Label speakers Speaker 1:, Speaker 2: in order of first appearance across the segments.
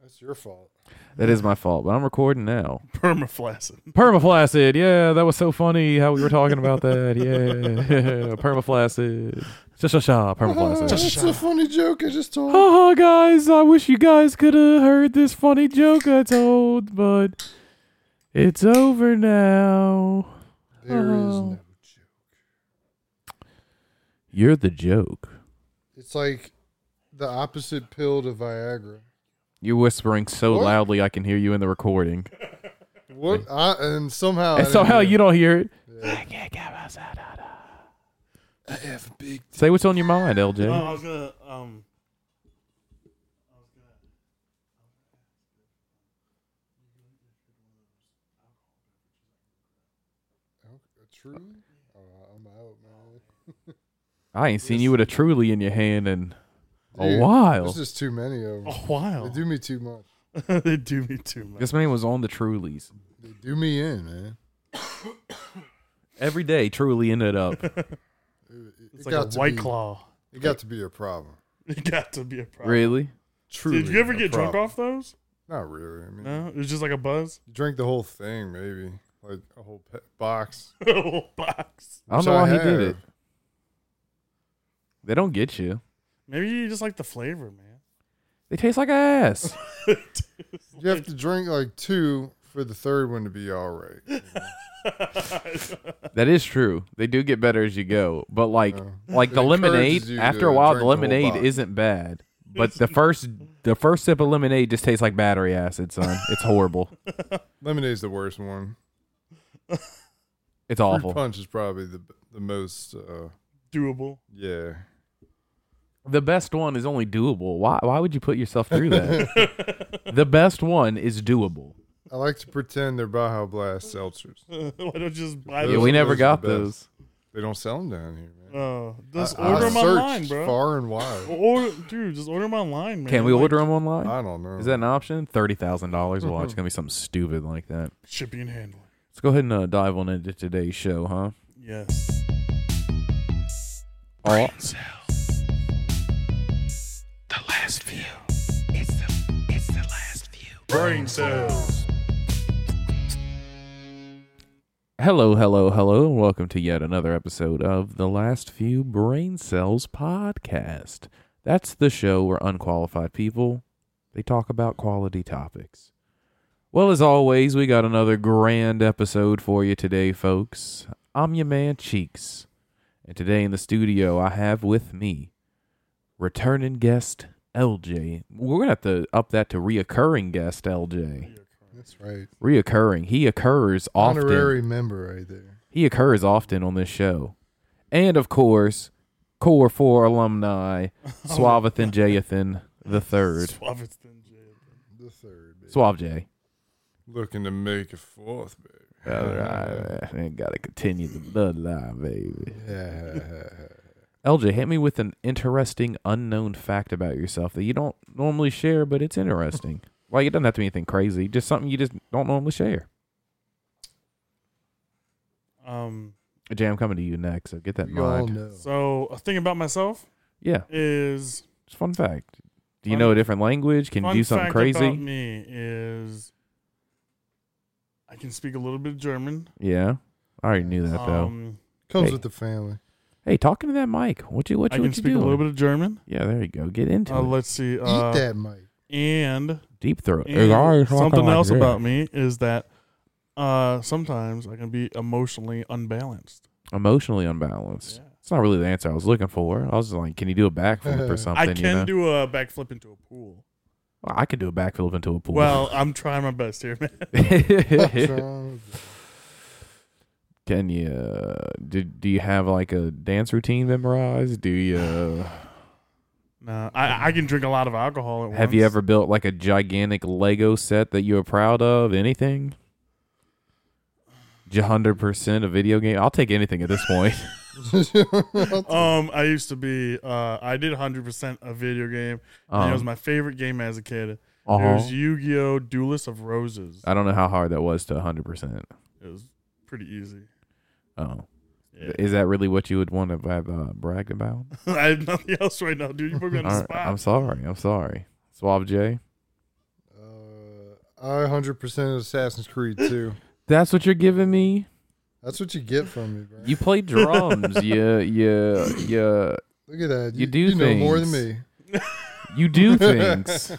Speaker 1: That's your fault.
Speaker 2: That is my fault, but I'm recording now.
Speaker 3: Permaflaccid.
Speaker 2: Permaflaccid. Yeah, that was so funny how we were talking about that. Yeah. Permaflaccid. Sha sha sha. Permaflaccid.
Speaker 1: that's a funny joke I just told.
Speaker 2: Haha, guys. I wish you guys could have heard this funny joke I told, but it's over now.
Speaker 1: There is
Speaker 2: Oh.
Speaker 1: no joke.
Speaker 2: You're the joke.
Speaker 1: It's like the opposite pill to Viagra.
Speaker 2: You're whispering so
Speaker 1: What?
Speaker 2: loudly I can hear you in the recording.
Speaker 1: What? I, and somehow. Oh, I
Speaker 2: And
Speaker 1: didn't
Speaker 2: somehow
Speaker 1: hear
Speaker 2: you don't hear it.
Speaker 1: it. Yeah. I have a big.
Speaker 2: Say what's on your mind,
Speaker 3: Oh,
Speaker 1: Uh,
Speaker 2: LJ.
Speaker 3: I was gonna um.
Speaker 1: True. Uh, I'm out, man.
Speaker 2: I ain't seen you with a truly in your hand in a
Speaker 1: Dude,
Speaker 2: while.
Speaker 1: There's just too many of
Speaker 3: A
Speaker 1: them.
Speaker 3: while.
Speaker 1: They do me too much.
Speaker 3: they do me too much.
Speaker 2: This man was on the Trulies.
Speaker 1: They do me in, man.
Speaker 2: Every day, Truly ended up.
Speaker 1: It, it- it
Speaker 3: It's like
Speaker 1: got
Speaker 3: a
Speaker 1: to
Speaker 3: white
Speaker 1: be,
Speaker 3: claw.
Speaker 1: It got to be a problem.
Speaker 3: It got to be a problem.
Speaker 2: really?
Speaker 1: Truly.
Speaker 3: Did you ever
Speaker 1: a
Speaker 3: get
Speaker 1: problem.
Speaker 3: drunk off those?
Speaker 1: Not really. I mean,
Speaker 3: No, it was just like a buzz.
Speaker 1: you drank the whole thing, maybe like a whole pe- box.
Speaker 3: a whole box.
Speaker 2: I don't
Speaker 1: Which
Speaker 2: know why he did
Speaker 1: have.
Speaker 2: it. They don't get you.
Speaker 3: Maybe you just like the flavor, man.
Speaker 2: They taste like ass.
Speaker 1: You have to drink like two for the third one to be all right. you know?
Speaker 2: that is true. They do get better as you go. But like,
Speaker 1: Yeah.
Speaker 2: like
Speaker 1: It
Speaker 2: the
Speaker 1: encourages
Speaker 2: lemonade.
Speaker 1: you
Speaker 2: After
Speaker 1: to
Speaker 2: a
Speaker 1: drink
Speaker 2: while, the
Speaker 1: the whole
Speaker 2: lemonade
Speaker 1: bottle.
Speaker 2: isn't bad. But the first, the first sip of lemonade just tastes like battery acid, son. It's horrible.
Speaker 1: Lemonade's the worst one.
Speaker 2: It's
Speaker 1: Fruit
Speaker 2: awful.
Speaker 1: punch is probably the the most. Uh,
Speaker 3: Doable.
Speaker 1: yeah,
Speaker 2: The best one is only doable. Why? Why would you put yourself through that? the best one is doable.
Speaker 1: I like to pretend they're Baja Blast seltzers.
Speaker 3: Why don't you just buy
Speaker 1: Yeah,
Speaker 2: Yeah,
Speaker 3: those?
Speaker 2: we
Speaker 1: those
Speaker 2: never
Speaker 1: are the
Speaker 2: got
Speaker 1: best.
Speaker 2: those.
Speaker 1: They don't sell them down here, man.
Speaker 3: Oh, just
Speaker 1: I-
Speaker 3: order
Speaker 1: I
Speaker 3: them online,
Speaker 1: searched
Speaker 3: bro.
Speaker 1: Far and wide.
Speaker 3: Or dude, just order them online, man.
Speaker 2: Can we
Speaker 3: Like,
Speaker 2: order them online?
Speaker 1: I don't know.
Speaker 2: Is that an option? Thirty thousand dollars. Well, it's gonna be something stupid like that.
Speaker 3: shipping and handling?
Speaker 2: Let's go ahead and uh, dive on into today's show, huh?
Speaker 3: Yes.
Speaker 2: Oh,
Speaker 3: The last view. It's the it's the last view. Brain cells.
Speaker 2: hello, hello, hello, and welcome to yet another episode of the Last Few Brain Cells podcast. That's the show where unqualified people they talk about quality topics. Well, as always, we got another grand episode for you today, folks. I'm your man Cheeks, and today in the studio I have with me returning guest LJ. We're gonna have to up that to reoccurring guest LJ.
Speaker 1: That's right.
Speaker 2: Reoccurring. He occurs often.
Speaker 1: Honorary member right there.
Speaker 2: He occurs often on this show. And of course, Core 4 alumni,
Speaker 3: Oh.
Speaker 2: Swavathan Jayathan the third.
Speaker 3: Swaviston J.
Speaker 1: The third. Baby.
Speaker 2: Suave J.
Speaker 1: Looking to make a fourth, baby.
Speaker 2: All right. man. gotta continue the bloodline, baby.
Speaker 1: Yeah.
Speaker 2: LJ, hit me with an interesting unknown fact about yourself that you don't normally share, but it's interesting. like it doesn't have to be anything crazy, just something you just don't normally share.
Speaker 3: Um.
Speaker 2: Jay, I'm coming to you next, so get that in
Speaker 1: we all
Speaker 2: mind.
Speaker 1: know.
Speaker 3: So a thing about myself
Speaker 2: Yeah.
Speaker 3: is
Speaker 2: It's a fun fact. Do you
Speaker 3: Fun-
Speaker 2: know a different language? Can you
Speaker 3: fun
Speaker 2: do something
Speaker 3: fact
Speaker 2: crazy?
Speaker 3: About me is I can speak a little bit of German.
Speaker 2: Yeah. I already knew that though.
Speaker 3: Um,
Speaker 1: Comes
Speaker 2: Hey.
Speaker 1: with the family.
Speaker 2: Hey, talking to that mic. What you what
Speaker 3: I
Speaker 2: you,
Speaker 3: can
Speaker 2: what you
Speaker 3: speak
Speaker 2: doing?
Speaker 3: a little bit of German.
Speaker 2: yeah, there you go. Get into
Speaker 3: Uh,
Speaker 2: it.
Speaker 3: let's see.
Speaker 1: Eat
Speaker 3: Uh,
Speaker 1: that, Mike.
Speaker 3: and
Speaker 2: Deep throat.
Speaker 3: and
Speaker 2: It's always talking
Speaker 3: something
Speaker 2: like
Speaker 3: else
Speaker 2: this.
Speaker 3: about me is that uh, sometimes I can be emotionally unbalanced.
Speaker 2: emotionally unbalanced. It's not really the answer I was looking for. I was just like, can you do a backflip or something?
Speaker 3: I
Speaker 2: you
Speaker 3: can
Speaker 2: know?
Speaker 3: do a backflip into a pool.
Speaker 2: Well, I could do a backflip into a pool.
Speaker 3: Well, I'm trying my best here, man.
Speaker 1: Trying to-
Speaker 2: can you? Uh, do Do you have like a dance routine memorized? Do you? Uh,
Speaker 3: No, I, I can drink a lot of alcohol at
Speaker 2: have you
Speaker 3: once.
Speaker 2: ever built like a gigantic Lego set that you were proud of? Anything? Hundred percent a video game. I'll take anything at this point.
Speaker 3: Um, I used to be. Uh, I did 100 percent a video game. and it was
Speaker 2: Um,
Speaker 3: my favorite game as a kid. It
Speaker 2: uh-huh.
Speaker 3: was Yu-Gi-Oh! Duelist of Roses.
Speaker 2: I don't know how hard that was to 100%.
Speaker 3: It was pretty easy.
Speaker 2: Oh.
Speaker 3: Yeah.
Speaker 2: Is that really what you would want to have uh, bragged about?
Speaker 3: I have nothing else right now, dude. You put me on the
Speaker 2: All right,
Speaker 3: spot.
Speaker 2: I'm sorry. I'm sorry. Swab J.
Speaker 1: Uh, I hundred percent Assassin's Creed too.
Speaker 2: That's what you're giving me.
Speaker 1: That's what you get from me, bro.
Speaker 2: You play drums. you you you
Speaker 1: Look at that.
Speaker 2: you do
Speaker 1: you know more than
Speaker 2: things.
Speaker 1: me.
Speaker 2: you do things.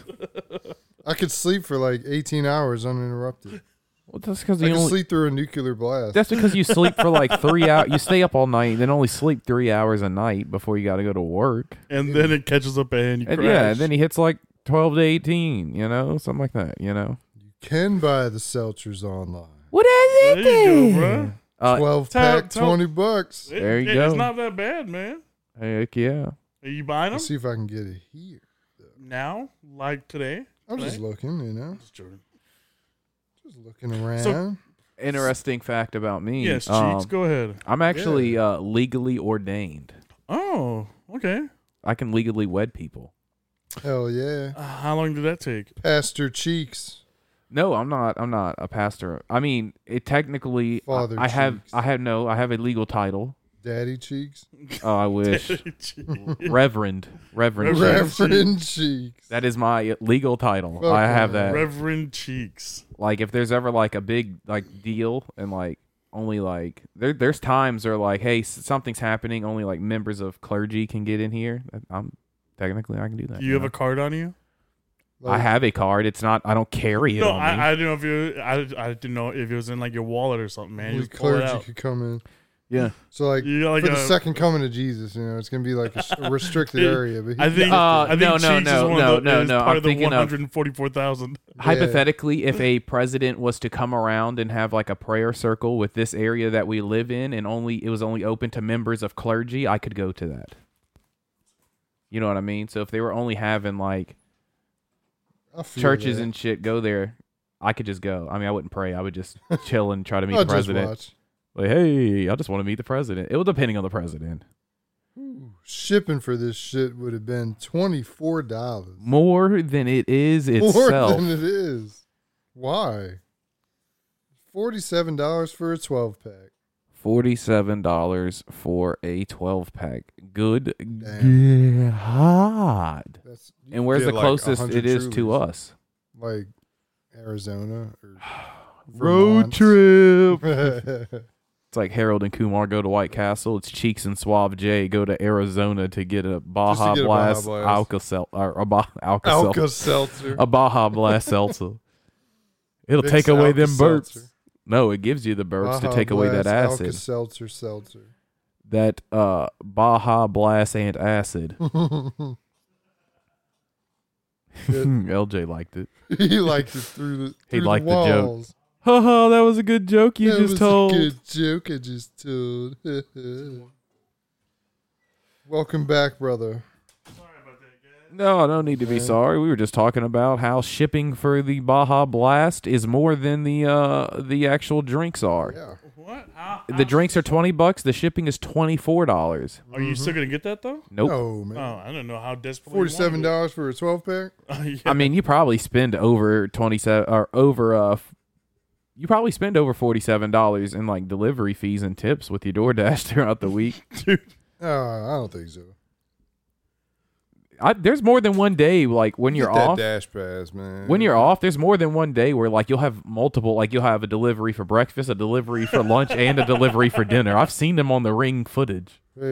Speaker 1: I could sleep for like eighteen hours uninterrupted.
Speaker 2: Well, that's because
Speaker 1: I
Speaker 2: you
Speaker 1: could
Speaker 2: only.
Speaker 1: sleep through a nuclear blast.
Speaker 2: That's because you sleep for like three hours. You stay up all night, and then only sleep three hours a night before you got to go to work.
Speaker 3: and then it catches up and you
Speaker 2: And
Speaker 3: crash.
Speaker 2: yeah, and then he hits like twelve to eighteen. You know, something like that. You know.
Speaker 1: Can buy the seltzers online.
Speaker 2: What is
Speaker 3: there you go, bro.
Speaker 2: Uh,
Speaker 1: Twelve
Speaker 3: tell-
Speaker 1: pack,
Speaker 3: tell-
Speaker 1: twenty bucks.
Speaker 2: There you
Speaker 3: It-
Speaker 2: go.
Speaker 3: It's not that bad, man.
Speaker 2: Heck yeah.
Speaker 3: Are you buying them
Speaker 1: Let's see if I can get it here.
Speaker 3: now, like today?
Speaker 1: I'm just
Speaker 3: Right.
Speaker 1: looking, you know,
Speaker 3: It's Jordan.
Speaker 1: just looking around.
Speaker 2: Interesting fact about me.
Speaker 3: Yes,
Speaker 2: um,
Speaker 3: cheeks. Go ahead.
Speaker 2: I'm actually uh, legally ordained.
Speaker 3: Oh, okay.
Speaker 2: I can legally wed people.
Speaker 1: Hell yeah,
Speaker 3: Uh, how long did that take?
Speaker 1: Pastor Cheeks.
Speaker 2: No, I'm not. I'm not a pastor. I mean, it technically. I-
Speaker 1: Father
Speaker 2: I, have.
Speaker 1: Cheeks.
Speaker 2: I have no. I have a legal title.
Speaker 1: Daddy Cheeks,
Speaker 2: Oh, I wish. Reverend. Reverend.
Speaker 3: Reverend.
Speaker 2: Cheeks.
Speaker 1: Reverend Cheeks.
Speaker 2: That is my legal title.
Speaker 1: Fuck
Speaker 2: I have
Speaker 1: yeah.
Speaker 2: that.
Speaker 3: Reverend Cheeks.
Speaker 2: like, if there's ever like a big like deal and like only like there there's times where like hey s- something's happening only like members of clergy can get in here. I'm technically I can do that.
Speaker 3: Do you have a card on you?
Speaker 2: I
Speaker 1: Like,
Speaker 2: have a card. It's not. I don't carry it
Speaker 3: No,
Speaker 2: on me.
Speaker 3: I, I didn't know if you. I, I didn't know if it was in like your wallet or something, man. You
Speaker 1: only
Speaker 3: just pull it
Speaker 1: clergy
Speaker 3: out.
Speaker 1: could come in.
Speaker 2: yeah.
Speaker 1: So like
Speaker 3: You got like
Speaker 1: for the
Speaker 3: a-
Speaker 1: second coming of Jesus, you know, it's gonna be like a, s- a restricted area. But he,
Speaker 3: I think.
Speaker 2: Uh,
Speaker 3: I think
Speaker 2: no, no,
Speaker 3: Cheeks is
Speaker 2: no,
Speaker 3: one
Speaker 2: no,
Speaker 3: of the,
Speaker 2: no,
Speaker 3: is
Speaker 2: no,
Speaker 3: Part
Speaker 2: I'm
Speaker 3: of the
Speaker 2: thinking of-
Speaker 3: one hundred forty-four thousand.
Speaker 2: Hypothetically, if a president was to come around and have like a prayer circle with this area that we live in, and only it was only open to members of clergy, I could go to that. You know what I mean? So if they were only having like
Speaker 1: I feel
Speaker 2: churches
Speaker 1: that.
Speaker 2: and shit go there, I could just go. I mean, I wouldn't pray. I would just chill and try to meet
Speaker 1: I'll
Speaker 2: the
Speaker 1: just
Speaker 2: president.
Speaker 1: watch.
Speaker 2: Like, hey, I just want to meet the president. It was depending on the president.
Speaker 1: Shipping for this shit would have been twenty four dollars
Speaker 2: More than it is
Speaker 1: more
Speaker 2: itself.
Speaker 1: than it is. Why? Forty seven dollars for a twelve pack.
Speaker 2: Forty-seven dollars for a twelve-pack. Good God!
Speaker 1: That's you
Speaker 2: And where's
Speaker 1: get
Speaker 2: the
Speaker 1: like
Speaker 2: closest
Speaker 1: 100
Speaker 2: it is to
Speaker 1: Trulies.
Speaker 2: us?
Speaker 1: Like Arizona or Vermont.
Speaker 2: trip.
Speaker 1: That's
Speaker 2: It's like Harold and Kumar go to White Castle. It's Cheeks and Suave J go to Arizona to get a Baja
Speaker 1: get a Baja
Speaker 2: Blast,
Speaker 1: Blast.
Speaker 2: Alka Seltzer, or a, ba- Alka Seltzer,
Speaker 1: Alka Seltzer.
Speaker 2: a Baja Blast Seltzer. It'll take away them burps. No, it gives you the burps to take away that acid.
Speaker 1: Alka Seltzer, Uh-huh, seltzer.
Speaker 2: That uh, Baja Blast and acid. LJ liked it.
Speaker 1: he liked it through the.
Speaker 2: He
Speaker 1: Through
Speaker 2: liked
Speaker 1: the,
Speaker 2: the joke.
Speaker 1: walls.
Speaker 2: Haha, that was a good joke you
Speaker 1: that
Speaker 2: just
Speaker 1: was
Speaker 2: told.
Speaker 1: a good joke I just told. Welcome back, brother.
Speaker 2: No, I don't need to be sorry. We were just talking about how shipping for the Baja Blast is more than the uh the actual drinks are.
Speaker 1: Yeah.
Speaker 3: What? How-
Speaker 2: The drinks are twenty bucks. The shipping is twenty four dollars.
Speaker 3: Are you still gonna get that though?
Speaker 2: Nope.
Speaker 1: No man.
Speaker 3: Oh, I don't know how desperate.
Speaker 1: Forty-seven dollars for a twelve pack.
Speaker 3: dollars.
Speaker 2: I mean, you probably spend over twenty seven or over uh, f- you probably spend over forty seven dollars in like delivery fees and tips with your DoorDash throughout the week.
Speaker 1: Uh, I don't think so.
Speaker 2: I, there's more than one day like when you're
Speaker 1: Get that
Speaker 2: off.
Speaker 1: dash pass, man.
Speaker 2: when you're off, there's more than one day where like you'll have multiple, like you'll have a delivery for breakfast, a delivery for lunch, and a delivery for dinner. I've seen them on the ring footage.
Speaker 1: hey,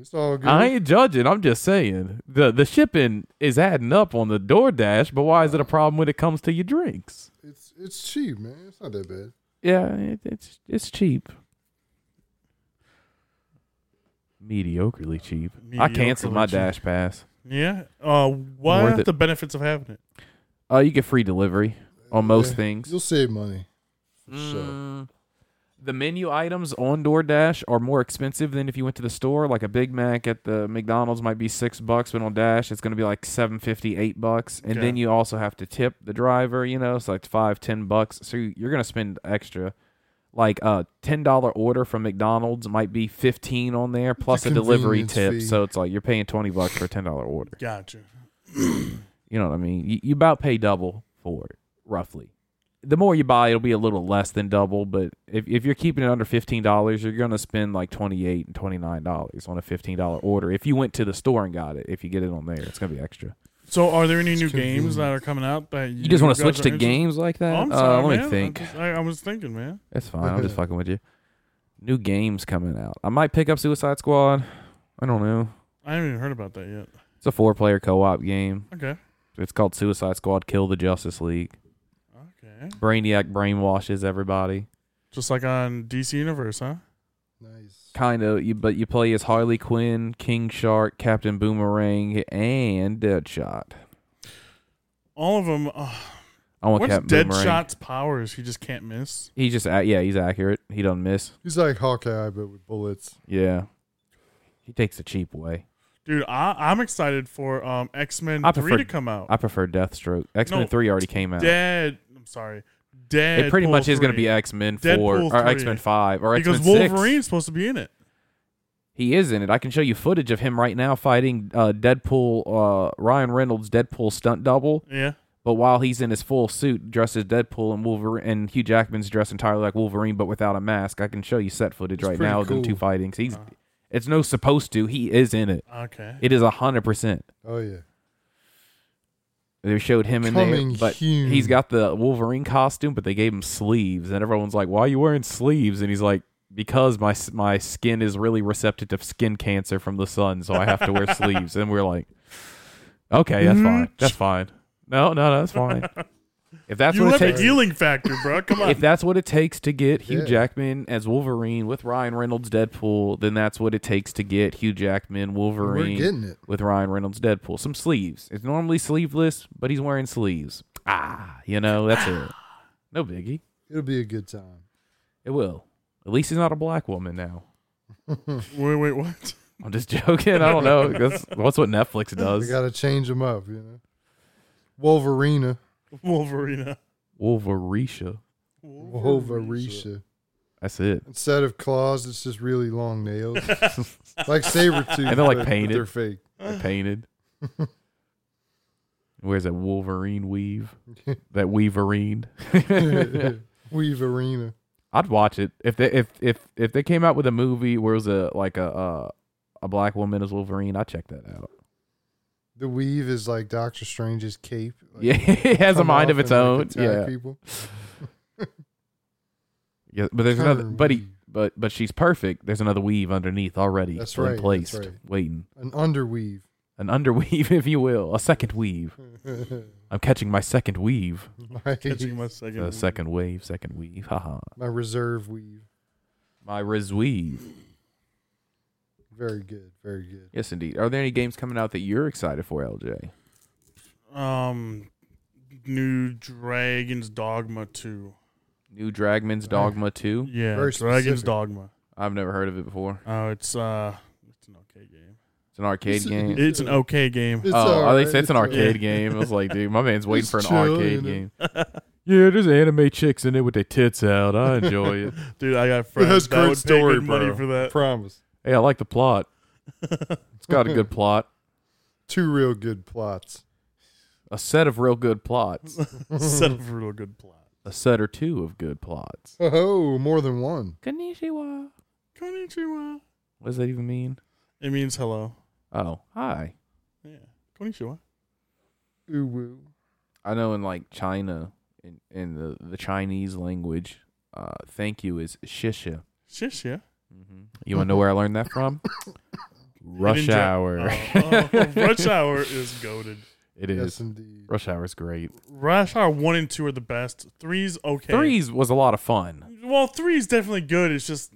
Speaker 1: it's all good.
Speaker 2: I ain't judging. I'm just saying the the shipping is adding up on the DoorDash, but why is it a problem when it comes to your drinks?
Speaker 1: It's it's cheap, man. It's not that bad.
Speaker 2: Yeah, it, it's it's cheap. Mediocrely cheap. I canceled my
Speaker 3: Mediocrely cheap.
Speaker 2: dash pass.
Speaker 3: Yeah. Uh, what
Speaker 2: Worth
Speaker 3: are
Speaker 2: it.
Speaker 3: the benefits of having it?
Speaker 2: Oh, you get free delivery on most
Speaker 1: Yeah,
Speaker 2: things.
Speaker 1: You'll save money. For sure.
Speaker 2: Mm, the menu items on DoorDash are more expensive than if you went to the store. Like a Big Mac at the McDonald's might be six bucks, but on Dash it's gonna be like seven fifty, eight bucks. And
Speaker 3: Okay.
Speaker 2: then you also have to tip the driver, you know, it's like five, ten bucks. So you're gonna spend extra. Like a ten dollar order from McDonald's might be fifteen on there plus a delivery
Speaker 1: convenience
Speaker 2: tip.
Speaker 1: fee.
Speaker 2: So it's like you're paying twenty bucks for a ten dollar order.
Speaker 3: Gotcha.
Speaker 2: You know what I mean? You, you about pay double for it, roughly. The more you buy, it'll be a little less than double, but if, if you're keeping it under fifteen dollars, you're gonna spend like twenty eight and twenty nine dollars on a fifteen dollar order. If you went to the store and got it, if you get it on there, it's gonna be extra.
Speaker 3: So, are there any
Speaker 1: It's
Speaker 3: new games
Speaker 1: confusing.
Speaker 3: that are coming out that
Speaker 2: You just want
Speaker 3: guys
Speaker 2: to switch
Speaker 3: are
Speaker 2: to
Speaker 3: interested-
Speaker 2: games like
Speaker 3: Oh,
Speaker 2: that?
Speaker 3: I'm sorry,
Speaker 2: uh, let
Speaker 3: man.
Speaker 2: me think.
Speaker 3: I, just- I- I was thinking, man.
Speaker 2: That's fine. I'm just fucking with you. New games coming out. I might pick up Suicide Squad. I don't know.
Speaker 3: I haven't even heard about that yet.
Speaker 2: It's a four-player co-op game.
Speaker 3: Okay.
Speaker 2: It's called Suicide Squad: Kill the Justice League.
Speaker 3: Okay.
Speaker 2: Brainiac brainwashes everybody.
Speaker 3: Just like on DC Universe, huh?
Speaker 1: Nice.
Speaker 2: Kind of, you, but you play as Harley Quinn, King Shark, Captain Boomerang, and Deadshot.
Speaker 3: All of them.
Speaker 2: I want
Speaker 3: what's
Speaker 2: Captain Boomerang.
Speaker 3: Deadshot's powers? He just can't miss.
Speaker 2: He just, ac- yeah, he's accurate. He doesn't miss.
Speaker 1: He's like Hawkeye, but with bullets.
Speaker 2: Yeah, he takes the cheap way.
Speaker 3: Dude, I, I'm excited for um, X Men
Speaker 2: I
Speaker 3: 3
Speaker 2: prefer-
Speaker 3: to come out.
Speaker 2: I prefer Deathstroke. X Men
Speaker 3: No,
Speaker 2: Three already came out.
Speaker 3: Dead. I'm sorry. Dead.
Speaker 2: it pretty much is going to be X Men Four
Speaker 3: Deadpool
Speaker 2: or
Speaker 3: 3.
Speaker 2: X Men Five or X
Speaker 3: because
Speaker 2: Men Six.
Speaker 3: Wolverine's supposed to be in it.
Speaker 2: He is in it. I can show you footage of him right now fighting uh, Deadpool, uh, Ryan Reynolds' Deadpool stunt double.
Speaker 3: Yeah.
Speaker 2: But while he's in his full suit, dressed as Deadpool, and Wolverine, and Hugh Jackman's dressed entirely like Wolverine but without a mask, I can show you set footage
Speaker 1: It's
Speaker 2: right
Speaker 1: pretty
Speaker 2: now of them two
Speaker 1: cool. Uh-huh.
Speaker 2: fighting. So He's, it's no supposed to. He is in it.
Speaker 3: Okay.
Speaker 2: It is hundred percent.
Speaker 1: Oh yeah.
Speaker 2: They showed him in
Speaker 1: Coming
Speaker 2: there, but
Speaker 1: soon.
Speaker 2: he's got the Wolverine costume, but they gave him sleeves, and everyone's like, "Why are you wearing sleeves?" And he's like, "Because my s- my skin is really receptive to skin cancer from the sun, so I have to wear sleeves." And we're like, "Okay, that's
Speaker 1: Mm-hmm.
Speaker 2: fine. That's fine. No, no, no, that's fine. If that's
Speaker 3: you
Speaker 2: what it
Speaker 3: left the
Speaker 2: takes,
Speaker 3: healing factor, bro. Come on.
Speaker 2: if that's what it takes to get Hugh
Speaker 1: Yeah.
Speaker 2: Jackman as Wolverine with Ryan Reynolds Deadpool, then that's what it takes to get Hugh Jackman Wolverine
Speaker 1: We're getting it.
Speaker 2: with Ryan Reynolds Deadpool. Some sleeves. It's normally sleeveless, but he's wearing sleeves. Ah, you know, that's it. No biggie.
Speaker 1: It'll be a good time.
Speaker 2: It will. At least he's not a black woman now.
Speaker 3: wait, wait, what?
Speaker 2: I'm just joking. I don't know. That's, that's what Netflix
Speaker 1: We
Speaker 2: does.
Speaker 1: gotta change him up, you know. Wolverina.
Speaker 3: Wolverina.
Speaker 2: Wolverisha.
Speaker 1: Wolverisha.
Speaker 2: That's it.
Speaker 1: Instead of claws, it's just really long nails. like Sabretooth.
Speaker 2: And they're, like,
Speaker 1: but
Speaker 2: painted.
Speaker 1: They're fake.
Speaker 2: They're painted. Where's that Wolverine weave? That Weaverine.
Speaker 1: Weaverina.
Speaker 2: I'd watch it if they if if if they came out with a movie where it was a like a uh, a black woman as Wolverine. I'd check that out.
Speaker 1: The weave is like Doctor Strange's cape. Like,
Speaker 2: yeah, it has a
Speaker 1: come
Speaker 2: mind
Speaker 1: off
Speaker 2: of its
Speaker 1: and, like,
Speaker 2: own.
Speaker 1: attack
Speaker 2: Yeah.
Speaker 1: People.
Speaker 2: yeah, but there's
Speaker 1: Turn
Speaker 2: another, but he,
Speaker 1: weave.
Speaker 2: but but she's perfect. There's another weave underneath already.
Speaker 1: That's
Speaker 2: been
Speaker 1: right, that's
Speaker 2: Placed,
Speaker 1: right.
Speaker 2: waiting,
Speaker 1: An underweave.
Speaker 2: an underweave, if you will, a second weave. I'm catching my second weave,
Speaker 1: my,
Speaker 3: Catching my second.
Speaker 2: uh, second wave, second weave. Haha,
Speaker 1: my reserve weave.
Speaker 2: my res weave.
Speaker 1: Very good. Very good.
Speaker 2: Yes, indeed. Are there any games coming out that you're excited for, LJ?
Speaker 3: Um, new Dragon's Dogma two.
Speaker 2: New Dragman's Dogma Two.
Speaker 3: Yeah,
Speaker 1: Very
Speaker 3: Dragon's
Speaker 1: specific.
Speaker 3: Dogma.
Speaker 2: I've never heard of it before.
Speaker 3: Oh, it's uh, it's an okay game.
Speaker 2: It's an arcade
Speaker 1: It's-
Speaker 2: game.
Speaker 3: It's an okay game.
Speaker 1: It's
Speaker 2: oh,
Speaker 1: alright,
Speaker 2: they said it's an
Speaker 1: alright.
Speaker 2: arcade game. I was like, dude, my man's waiting
Speaker 1: It's
Speaker 2: for an
Speaker 1: chill,
Speaker 2: arcade
Speaker 1: you know.
Speaker 2: game. yeah, there's anime chicks in it with their tits out. I enjoy it.
Speaker 3: Dude, I got friends
Speaker 1: has
Speaker 3: that
Speaker 1: great
Speaker 3: would
Speaker 1: story,
Speaker 3: pay good money
Speaker 1: bro.
Speaker 3: for that.
Speaker 1: Promise.
Speaker 2: Hey, I like the plot. It's got a good plot.
Speaker 1: Two real good plots.
Speaker 2: A set of real good plots.
Speaker 3: Set up a real good plot.
Speaker 2: A set or two of good plots.
Speaker 1: Oh, more than one.
Speaker 2: Konnichiwa.
Speaker 3: Konnichiwa.
Speaker 2: What does that even mean?
Speaker 3: It means hello.
Speaker 2: Oh, hi.
Speaker 3: Yeah. Konnichiwa.
Speaker 1: Ooh woo.
Speaker 2: I know in like China, in, in the, the Chinese language, uh, thank you is shisha.
Speaker 3: Shish, yeah.
Speaker 2: You want to know where I learned that from? Rush
Speaker 3: Hidden gem.
Speaker 2: hour.
Speaker 3: Oh, oh, Rush Hour is goaded.
Speaker 2: It is.
Speaker 1: Yes, indeed.
Speaker 2: Rush hour is great.
Speaker 3: Rush Hour 1 and 2 are the best. Three's okay.
Speaker 2: Threes was a lot of fun.
Speaker 3: Well, three's definitely good. It's just,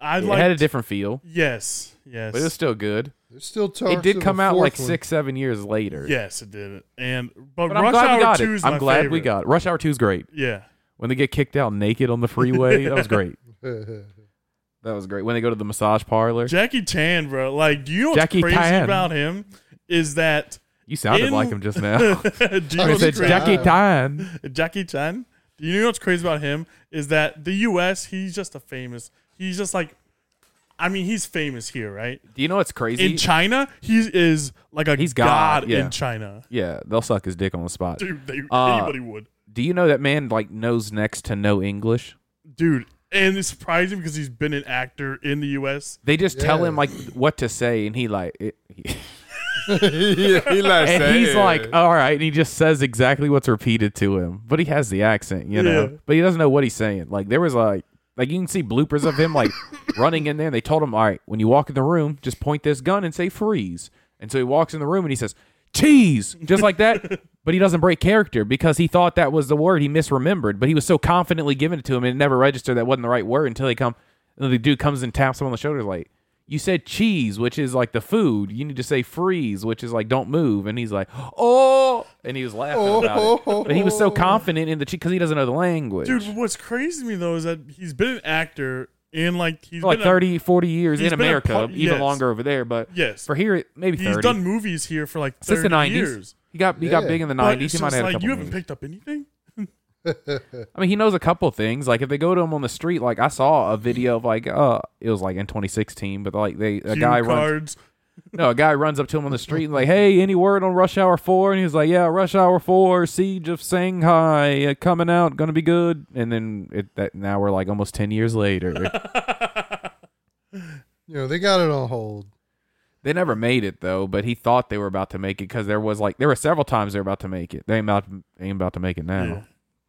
Speaker 3: I, I
Speaker 2: it
Speaker 3: like.
Speaker 2: had a different feel,
Speaker 3: yes. Yes.
Speaker 2: but it was still good.
Speaker 1: There's still talks.
Speaker 2: It did
Speaker 1: of a
Speaker 2: come out
Speaker 1: fourth
Speaker 2: like
Speaker 1: one.
Speaker 2: six, seven years later.
Speaker 3: yes, it did. And, but,
Speaker 2: but I'm
Speaker 3: Rush
Speaker 2: glad we
Speaker 3: Hour
Speaker 2: got
Speaker 3: 2 is
Speaker 2: it. I'm
Speaker 3: my
Speaker 2: glad we
Speaker 3: favorite.
Speaker 2: got it. Rush Hour Two is great.
Speaker 3: Yeah.
Speaker 2: When they get kicked out naked on the freeway, that was great. That was great. When they go to the massage parlor,
Speaker 3: Jackie Chan, bro. Like, do you know what's
Speaker 2: Jackie
Speaker 3: crazy
Speaker 2: Chan.
Speaker 3: about him? Is that.
Speaker 2: you sounded
Speaker 3: In-
Speaker 2: like him just
Speaker 3: do you
Speaker 2: now.
Speaker 3: know
Speaker 2: I
Speaker 3: what's
Speaker 2: said
Speaker 1: It's
Speaker 3: crazy?
Speaker 2: Jackie Chan.
Speaker 3: Jackie Chan. Do you know what's crazy about him is that the U.S. He's just a famous. He's just like, I mean, he's famous here, right?
Speaker 2: Do you know what's crazy?
Speaker 3: In China, he is like a
Speaker 2: He's
Speaker 3: god,
Speaker 2: God, yeah.
Speaker 3: in China.
Speaker 2: yeah, they'll suck his dick on the spot.
Speaker 3: Dude, they,
Speaker 2: Uh,
Speaker 3: anybody would,
Speaker 2: Do you know that man like knows next to no English?
Speaker 3: dude. And it's surprising because he's been an actor in the U.S.
Speaker 2: They just tell
Speaker 1: Yeah.
Speaker 2: him like what to say, and he like it, he,
Speaker 4: he, he likes
Speaker 2: and
Speaker 4: that,
Speaker 2: he's
Speaker 4: yeah.
Speaker 2: like, all right, and he just says exactly what's repeated to him, but he has the accent, you know.
Speaker 3: Yeah.
Speaker 2: But he doesn't know what he's saying. Like there was like, like you can see bloopers of him like running in there. They told him, all right, when you walk in the room, just point this gun and say freeze. And so he walks in the room and he says cheese, just like that. but he doesn't break character because he thought that was the word he misremembered. But he was so confidently giving it to him and it never registered that wasn't the right word until they come. And the dude comes and taps him on the shoulder like. You said cheese, which is like the food. You need to say freeze, which is like don't move. And he's like, oh, and he was laughing about it. But he was so confident in the cheese because he doesn't know the language.
Speaker 3: Dude, what's crazy to me though is that he's been an actor in like he's
Speaker 2: for like
Speaker 3: been a-
Speaker 2: 30, 40 years
Speaker 3: he's
Speaker 2: in
Speaker 3: been a
Speaker 2: America,
Speaker 3: part-
Speaker 2: even
Speaker 3: yes.
Speaker 2: longer over there. But
Speaker 3: yes,
Speaker 2: for here, maybe 30.
Speaker 3: he's done movies here for like 30
Speaker 2: Since the 90s.
Speaker 3: years.
Speaker 2: He got he got
Speaker 1: Yeah.
Speaker 2: big in the
Speaker 3: But
Speaker 2: 90s.
Speaker 3: it's
Speaker 2: He might have
Speaker 3: just
Speaker 2: had a
Speaker 3: like
Speaker 2: couple
Speaker 3: you haven't
Speaker 2: movies.
Speaker 3: picked up anything.
Speaker 2: I mean, he knows a couple things. Like if they go to him on the street, like I saw a video of like, uh, it was like in 2016, but like they, a
Speaker 3: Cue
Speaker 2: guy runs,
Speaker 3: cards.
Speaker 2: No, a guy runs up to him on the street and like, "Hey, any word on Rush Hour 4?" And he's like, "Yeah, Rush Hour 4, Siege of Shanghai uh, coming out, gonna be good." And then it, that now we're like almost ten years later.
Speaker 1: You know, they got it on hold.
Speaker 2: they never made it though, but he thought they were about to make it because there was like there were several times they were about to make it. They ain't about they ain't about to make it now.
Speaker 3: Yeah.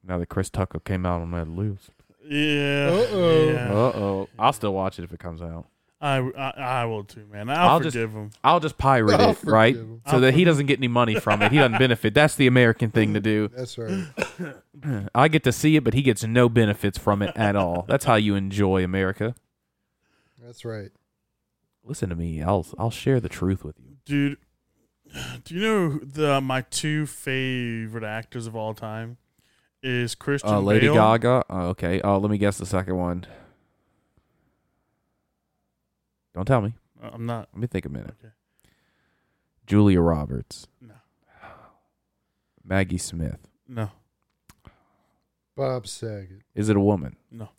Speaker 2: Now that Chris Tucker came out on that loose.
Speaker 3: Yeah.
Speaker 1: Uh-oh.
Speaker 2: Uh
Speaker 3: yeah.
Speaker 2: oh, I'll still watch it if it comes out.
Speaker 3: I, I I will too, man. I'll,
Speaker 2: I'll just-
Speaker 3: forgive him.
Speaker 2: I'll just pirate
Speaker 1: I'll
Speaker 2: it, right?
Speaker 1: forgive him.
Speaker 2: So
Speaker 3: Oh, I'll
Speaker 2: that he doesn't get any money from it. He doesn't benefit. That's the American thing to do.
Speaker 1: That's right.
Speaker 2: I get to see it, but he gets no benefits from it at all. That's how you enjoy America.
Speaker 1: That's right.
Speaker 2: Listen to me. I'll I'll share the truth with you.
Speaker 3: dude. Do you know who the my two favorite actors of all time is Christian
Speaker 2: Uh, Lady
Speaker 3: Bale?
Speaker 2: Gaga. Oh, okay. Oh, let me guess the second one. Don't tell me.
Speaker 3: Uh, I'm not.
Speaker 2: Let me think a minute.
Speaker 3: Okay.
Speaker 2: Julia Roberts.
Speaker 3: No.
Speaker 2: Maggie Smith.
Speaker 3: No.
Speaker 1: Bob Saget.
Speaker 2: Is it a woman?
Speaker 3: No.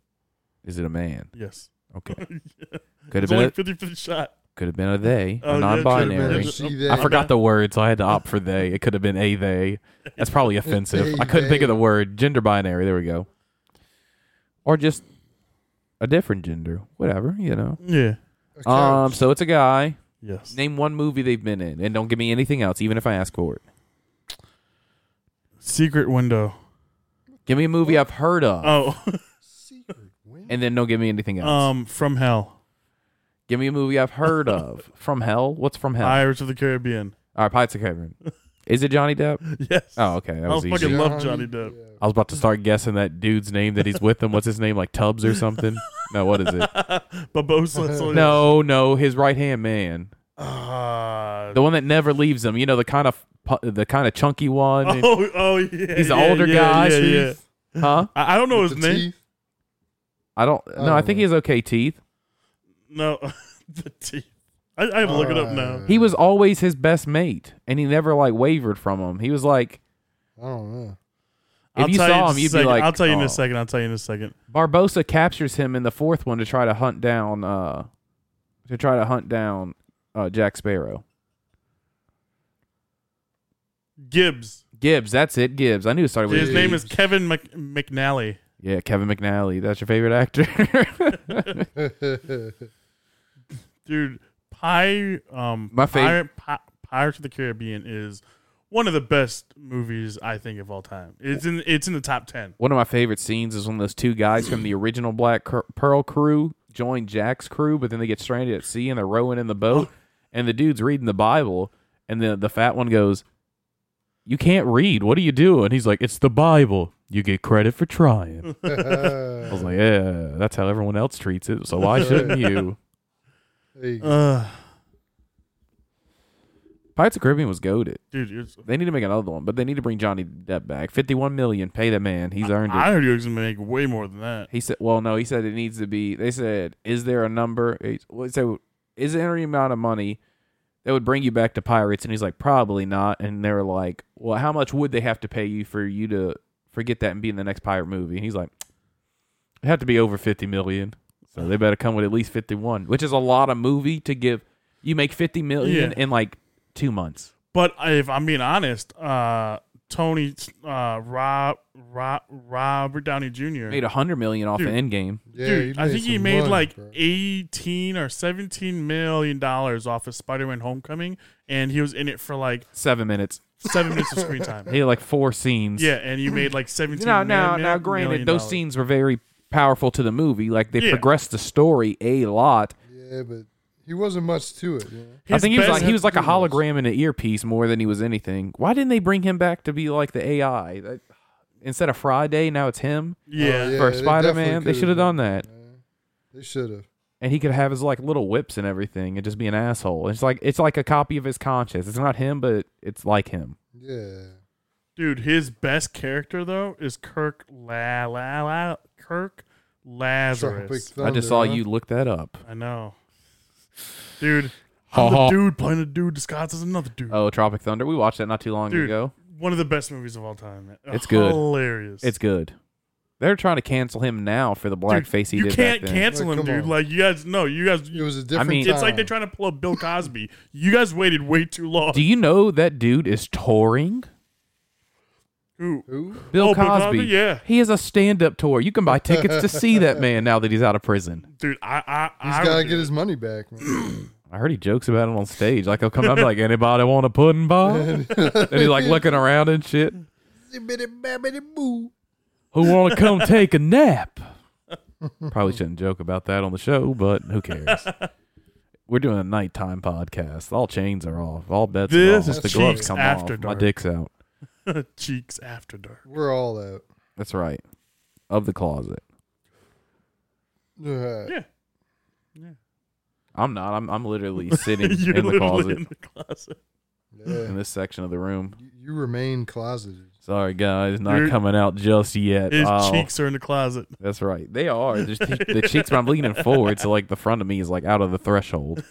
Speaker 2: Is it a man?
Speaker 3: Yes.
Speaker 2: Okay. Could have
Speaker 3: It's
Speaker 2: been.
Speaker 3: only
Speaker 2: A,
Speaker 3: 50 shot.
Speaker 2: could have been a they.
Speaker 3: Oh, yeah,
Speaker 2: a
Speaker 3: it could've been
Speaker 2: non-binary.
Speaker 3: a-
Speaker 1: She,
Speaker 2: I
Speaker 1: they.
Speaker 2: forgot the word, so I had to opt for they. It could have been a they. That's probably offensive. I couldn't think of the word gender binary. There we go. Or just a different gender, whatever you know.
Speaker 3: Yeah.
Speaker 1: A
Speaker 2: Um,
Speaker 1: couch.
Speaker 2: so it's a guy.
Speaker 3: Yes.
Speaker 2: Name one movie they've been in, and don't give me anything else, even if I ask for it.
Speaker 3: Secret Window.
Speaker 2: Give me a movie I've heard of,
Speaker 3: Oh.
Speaker 1: Secret Window.
Speaker 2: and then don't give me anything else.
Speaker 3: um. From Hell.
Speaker 2: give me a movie I've heard of. From Hell. What's From Hell?
Speaker 3: Pirates of the Caribbean.
Speaker 2: All right, Pirates of the Caribbean. Is it Johnny Depp?
Speaker 3: Yes.
Speaker 2: Oh, okay, that
Speaker 3: I'll
Speaker 2: was easy.
Speaker 3: fucking- love Johnny Depp.
Speaker 1: Yeah.
Speaker 2: I was about to start guessing that dude's name that he's with him. What's his name? Like Tubbs or something? No, what is it?
Speaker 3: Babosa. so-
Speaker 2: No, no, his right hand man,
Speaker 3: Ah.
Speaker 2: the one that never leaves him. You know, the kind of pu- the kind of chunky one, and-
Speaker 3: oh. Oh. Yeah.
Speaker 2: He's the
Speaker 3: yeah,
Speaker 2: older
Speaker 3: yeah,
Speaker 2: guy.
Speaker 3: Yeah. yeah.
Speaker 2: huh?
Speaker 3: I, I don't know
Speaker 1: With
Speaker 3: his
Speaker 1: the
Speaker 3: name.
Speaker 1: teeth.
Speaker 2: I don't. No, I
Speaker 3: Oh.
Speaker 2: think he has okay teeth.
Speaker 3: No. the teeth. I, I have to look it up now.
Speaker 1: Uh,
Speaker 2: He was always his best mate, and he never like wavered from him. He was like,
Speaker 1: I don't know.
Speaker 2: if
Speaker 3: I'll
Speaker 2: you
Speaker 3: tell
Speaker 2: saw
Speaker 3: in
Speaker 2: him,
Speaker 3: a
Speaker 2: you'd
Speaker 3: second.
Speaker 2: be like,
Speaker 3: I'll tell you in
Speaker 2: "Oh."
Speaker 3: a second. I'll tell you in a second.
Speaker 2: Barbosa captures him in the fourth one to try to hunt down, uh, to try to hunt down uh, Jack Sparrow.
Speaker 3: Gibbs.
Speaker 2: Gibbs, that's it. Gibbs. I knew it started with
Speaker 3: His
Speaker 2: G.
Speaker 3: name is Kevin Mc- McNally.
Speaker 2: yeah, Kevin McNally. That's your favorite actor.
Speaker 3: Dude, Pi, um,
Speaker 2: My fav-
Speaker 3: Pirate, Pi- Pirates of the Caribbean is one of the best movies I think of all time. It's in it's in the top ten.
Speaker 2: One of my favorite scenes is when those two guys from the original Black Cur- Pearl crew join Jack's crew, but then they get stranded at sea and they're rowing in the boat, and the dude's reading the Bible, and the the fat one goes, "You can't read. What do you do?" And he's like, "It's the Bible. You get credit for trying." I was like, "Yeah, that's how everyone else treats it. So why shouldn't you?"
Speaker 1: There you go.
Speaker 3: Uh,
Speaker 2: Pirates of the Caribbean was goaded.
Speaker 3: dude, it's,
Speaker 2: They need to make another one, but they need to bring Johnny Depp back. Fifty-one million, pay the man. He's earned it.
Speaker 3: I heard you was gonna make way more than that.
Speaker 2: He said, "Well, no." He said it needs to be. They said, "Is there a number?" He- well, So, is there any amount of money that would bring you back to pirates? And he's like, "Probably not." And they're like, "Well, how much would they have to pay you for you to forget that and be in the next pirate movie?" And he's like, "It had to be over fifty million, so they better come with at least fifty-one, which is a lot of movie to give. You make fifty million
Speaker 3: Yeah.
Speaker 2: in like two months.
Speaker 3: But if I'm being honest, uh, Tony, uh, Rob, Rob, Robert Downey Jr.
Speaker 2: Made a hundred million off
Speaker 3: Dude.
Speaker 2: of Endgame.
Speaker 1: Yeah,
Speaker 3: Dude, I think he
Speaker 1: some
Speaker 3: made
Speaker 1: money,
Speaker 3: like
Speaker 1: bro.
Speaker 3: eighteen or seventeen million dollars off of Spider-Man: Homecoming, and he was in it for like
Speaker 2: Seven minutes.
Speaker 3: seven minutes of screen time.
Speaker 2: He had like four scenes.
Speaker 3: Yeah, and you made like seventeen.
Speaker 2: No, no,
Speaker 3: million-
Speaker 2: now granted,
Speaker 3: million
Speaker 2: those
Speaker 3: dollars.
Speaker 2: scenes were very powerful to the movie. Like they
Speaker 3: Yeah.
Speaker 2: progressed the story a lot.
Speaker 1: Yeah, but he wasn't much to it. You know?
Speaker 2: I
Speaker 3: His
Speaker 2: think he was
Speaker 3: best-
Speaker 2: like he was like a
Speaker 1: Yes.
Speaker 2: hologram in an earpiece more than he was anything. Why didn't they bring him back to be like the AI? That- instead of Friday, now it's him
Speaker 3: Yeah,
Speaker 1: Oh, yeah.
Speaker 2: for
Speaker 1: they
Speaker 2: Spider Man.
Speaker 1: definitely
Speaker 2: They
Speaker 1: could've
Speaker 2: should have
Speaker 1: done
Speaker 2: done that,
Speaker 1: They should have.
Speaker 2: and he could have his like little whips and everything, and just be an asshole. It's like it's like a copy of his conscience. It's not him, but it's like him.
Speaker 1: Yeah.
Speaker 3: dude. His best character though is Kirk La La La Kirk
Speaker 1: Tropic
Speaker 3: Lazarus.
Speaker 2: I
Speaker 1: Thunder,
Speaker 2: just saw
Speaker 1: huh?
Speaker 2: you look that up.
Speaker 3: I know, dude.
Speaker 2: Ha
Speaker 3: I'm
Speaker 2: ha.
Speaker 3: the dude playing a dude disguised as another dude.
Speaker 2: Oh, Tropic Thunder. We watched that not too long
Speaker 3: Dude.
Speaker 2: ago.
Speaker 3: One of the best movies of all time. man.
Speaker 2: It's good.
Speaker 3: Hilarious.
Speaker 2: It's good. They're trying to cancel him now for the blackface he
Speaker 3: you
Speaker 2: did
Speaker 3: can't
Speaker 2: back then.
Speaker 3: cancel
Speaker 1: Like,
Speaker 3: him,
Speaker 1: come
Speaker 3: dude.
Speaker 1: on.
Speaker 3: Like you guys, no, you guys.
Speaker 1: It was a different.
Speaker 2: mean-
Speaker 1: time.
Speaker 3: it's like they're trying to pull up Bill Cosby. You guys waited way too long.
Speaker 2: Do you know that dude is touring?
Speaker 3: Who?
Speaker 1: Who?
Speaker 2: Bill
Speaker 3: Oh, Bill
Speaker 2: Cosby.
Speaker 3: Cosby, yeah.
Speaker 2: He has a stand up tour. You can buy tickets to see that man now that he's out of prison.
Speaker 3: Dude, I, I,
Speaker 1: He's
Speaker 3: I
Speaker 1: got to
Speaker 3: would do
Speaker 1: get
Speaker 3: it.
Speaker 1: his money back. Man.
Speaker 2: I heard he jokes about it on stage. Like, he'll come up like, anybody want a pudding pop? and he's like looking around and shit.
Speaker 1: Zibbidi-babbidi-boo.
Speaker 2: Who want to come take a nap? Probably shouldn't joke about that on the show, but who cares? We're doing a nighttime podcast. All chains are off. All bets
Speaker 3: This
Speaker 2: are
Speaker 3: is
Speaker 2: off. The gloves
Speaker 3: Cheeks
Speaker 2: come
Speaker 3: After
Speaker 2: off. My
Speaker 3: Dark.
Speaker 2: dick's out.
Speaker 3: cheeks after dark.
Speaker 1: We're all out.
Speaker 2: That's right. Of the closet.
Speaker 1: Alright.
Speaker 3: Yeah.
Speaker 2: I'm not. I'm I'm literally sitting in
Speaker 3: You're
Speaker 2: the
Speaker 3: literally
Speaker 2: closet
Speaker 3: in the closet.
Speaker 2: in
Speaker 1: Yeah.
Speaker 2: this section of the room.
Speaker 1: You, you remain closeted.
Speaker 2: Sorry guys, not
Speaker 3: Your-
Speaker 2: coming out just yet.
Speaker 3: His
Speaker 2: Oh,
Speaker 3: cheeks are in the closet.
Speaker 2: That's right. They are. Just the, the cheeks but I'm leaning forward, so like the front of me is like out of the threshold.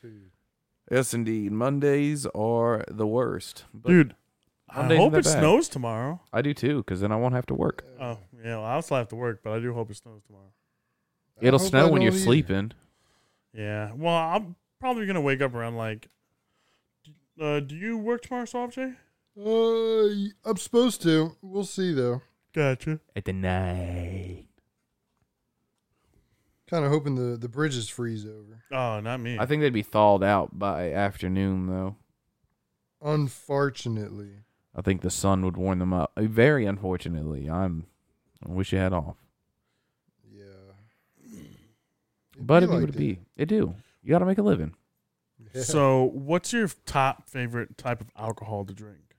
Speaker 1: Too.
Speaker 2: Yes indeed. Mondays are the worst. But
Speaker 3: Dude, I
Speaker 2: Mondays in
Speaker 3: hope
Speaker 2: the
Speaker 3: it
Speaker 2: back.
Speaker 3: snows tomorrow.
Speaker 2: I do too, because then I won't have to work.
Speaker 3: Oh, yeah. Well, I still have to work, but I do hope it snows tomorrow.
Speaker 1: I
Speaker 2: It'll
Speaker 1: hope
Speaker 2: snow
Speaker 1: I
Speaker 2: when you're
Speaker 1: don't either.
Speaker 2: sleeping.
Speaker 3: Yeah. Well, I'm probably going to wake up around like. Uh, do you work tomorrow, Soft J?
Speaker 1: Uh, y- I'm supposed to. We'll see though.
Speaker 3: Gotcha.
Speaker 2: At the night.
Speaker 1: Kind of hoping the the bridges freeze over.
Speaker 3: Oh, not me.
Speaker 2: I think they'd be thawed out by afternoon though.
Speaker 1: Unfortunately,
Speaker 2: I think the sun would warm them up. Very unfortunately, I'm. I wish you had off,
Speaker 1: yeah.
Speaker 2: but
Speaker 1: be
Speaker 2: it would
Speaker 1: like that.
Speaker 2: be. It do. You got to make a living.
Speaker 1: Yeah.
Speaker 3: So, what's your top favorite type of alcohol to drink?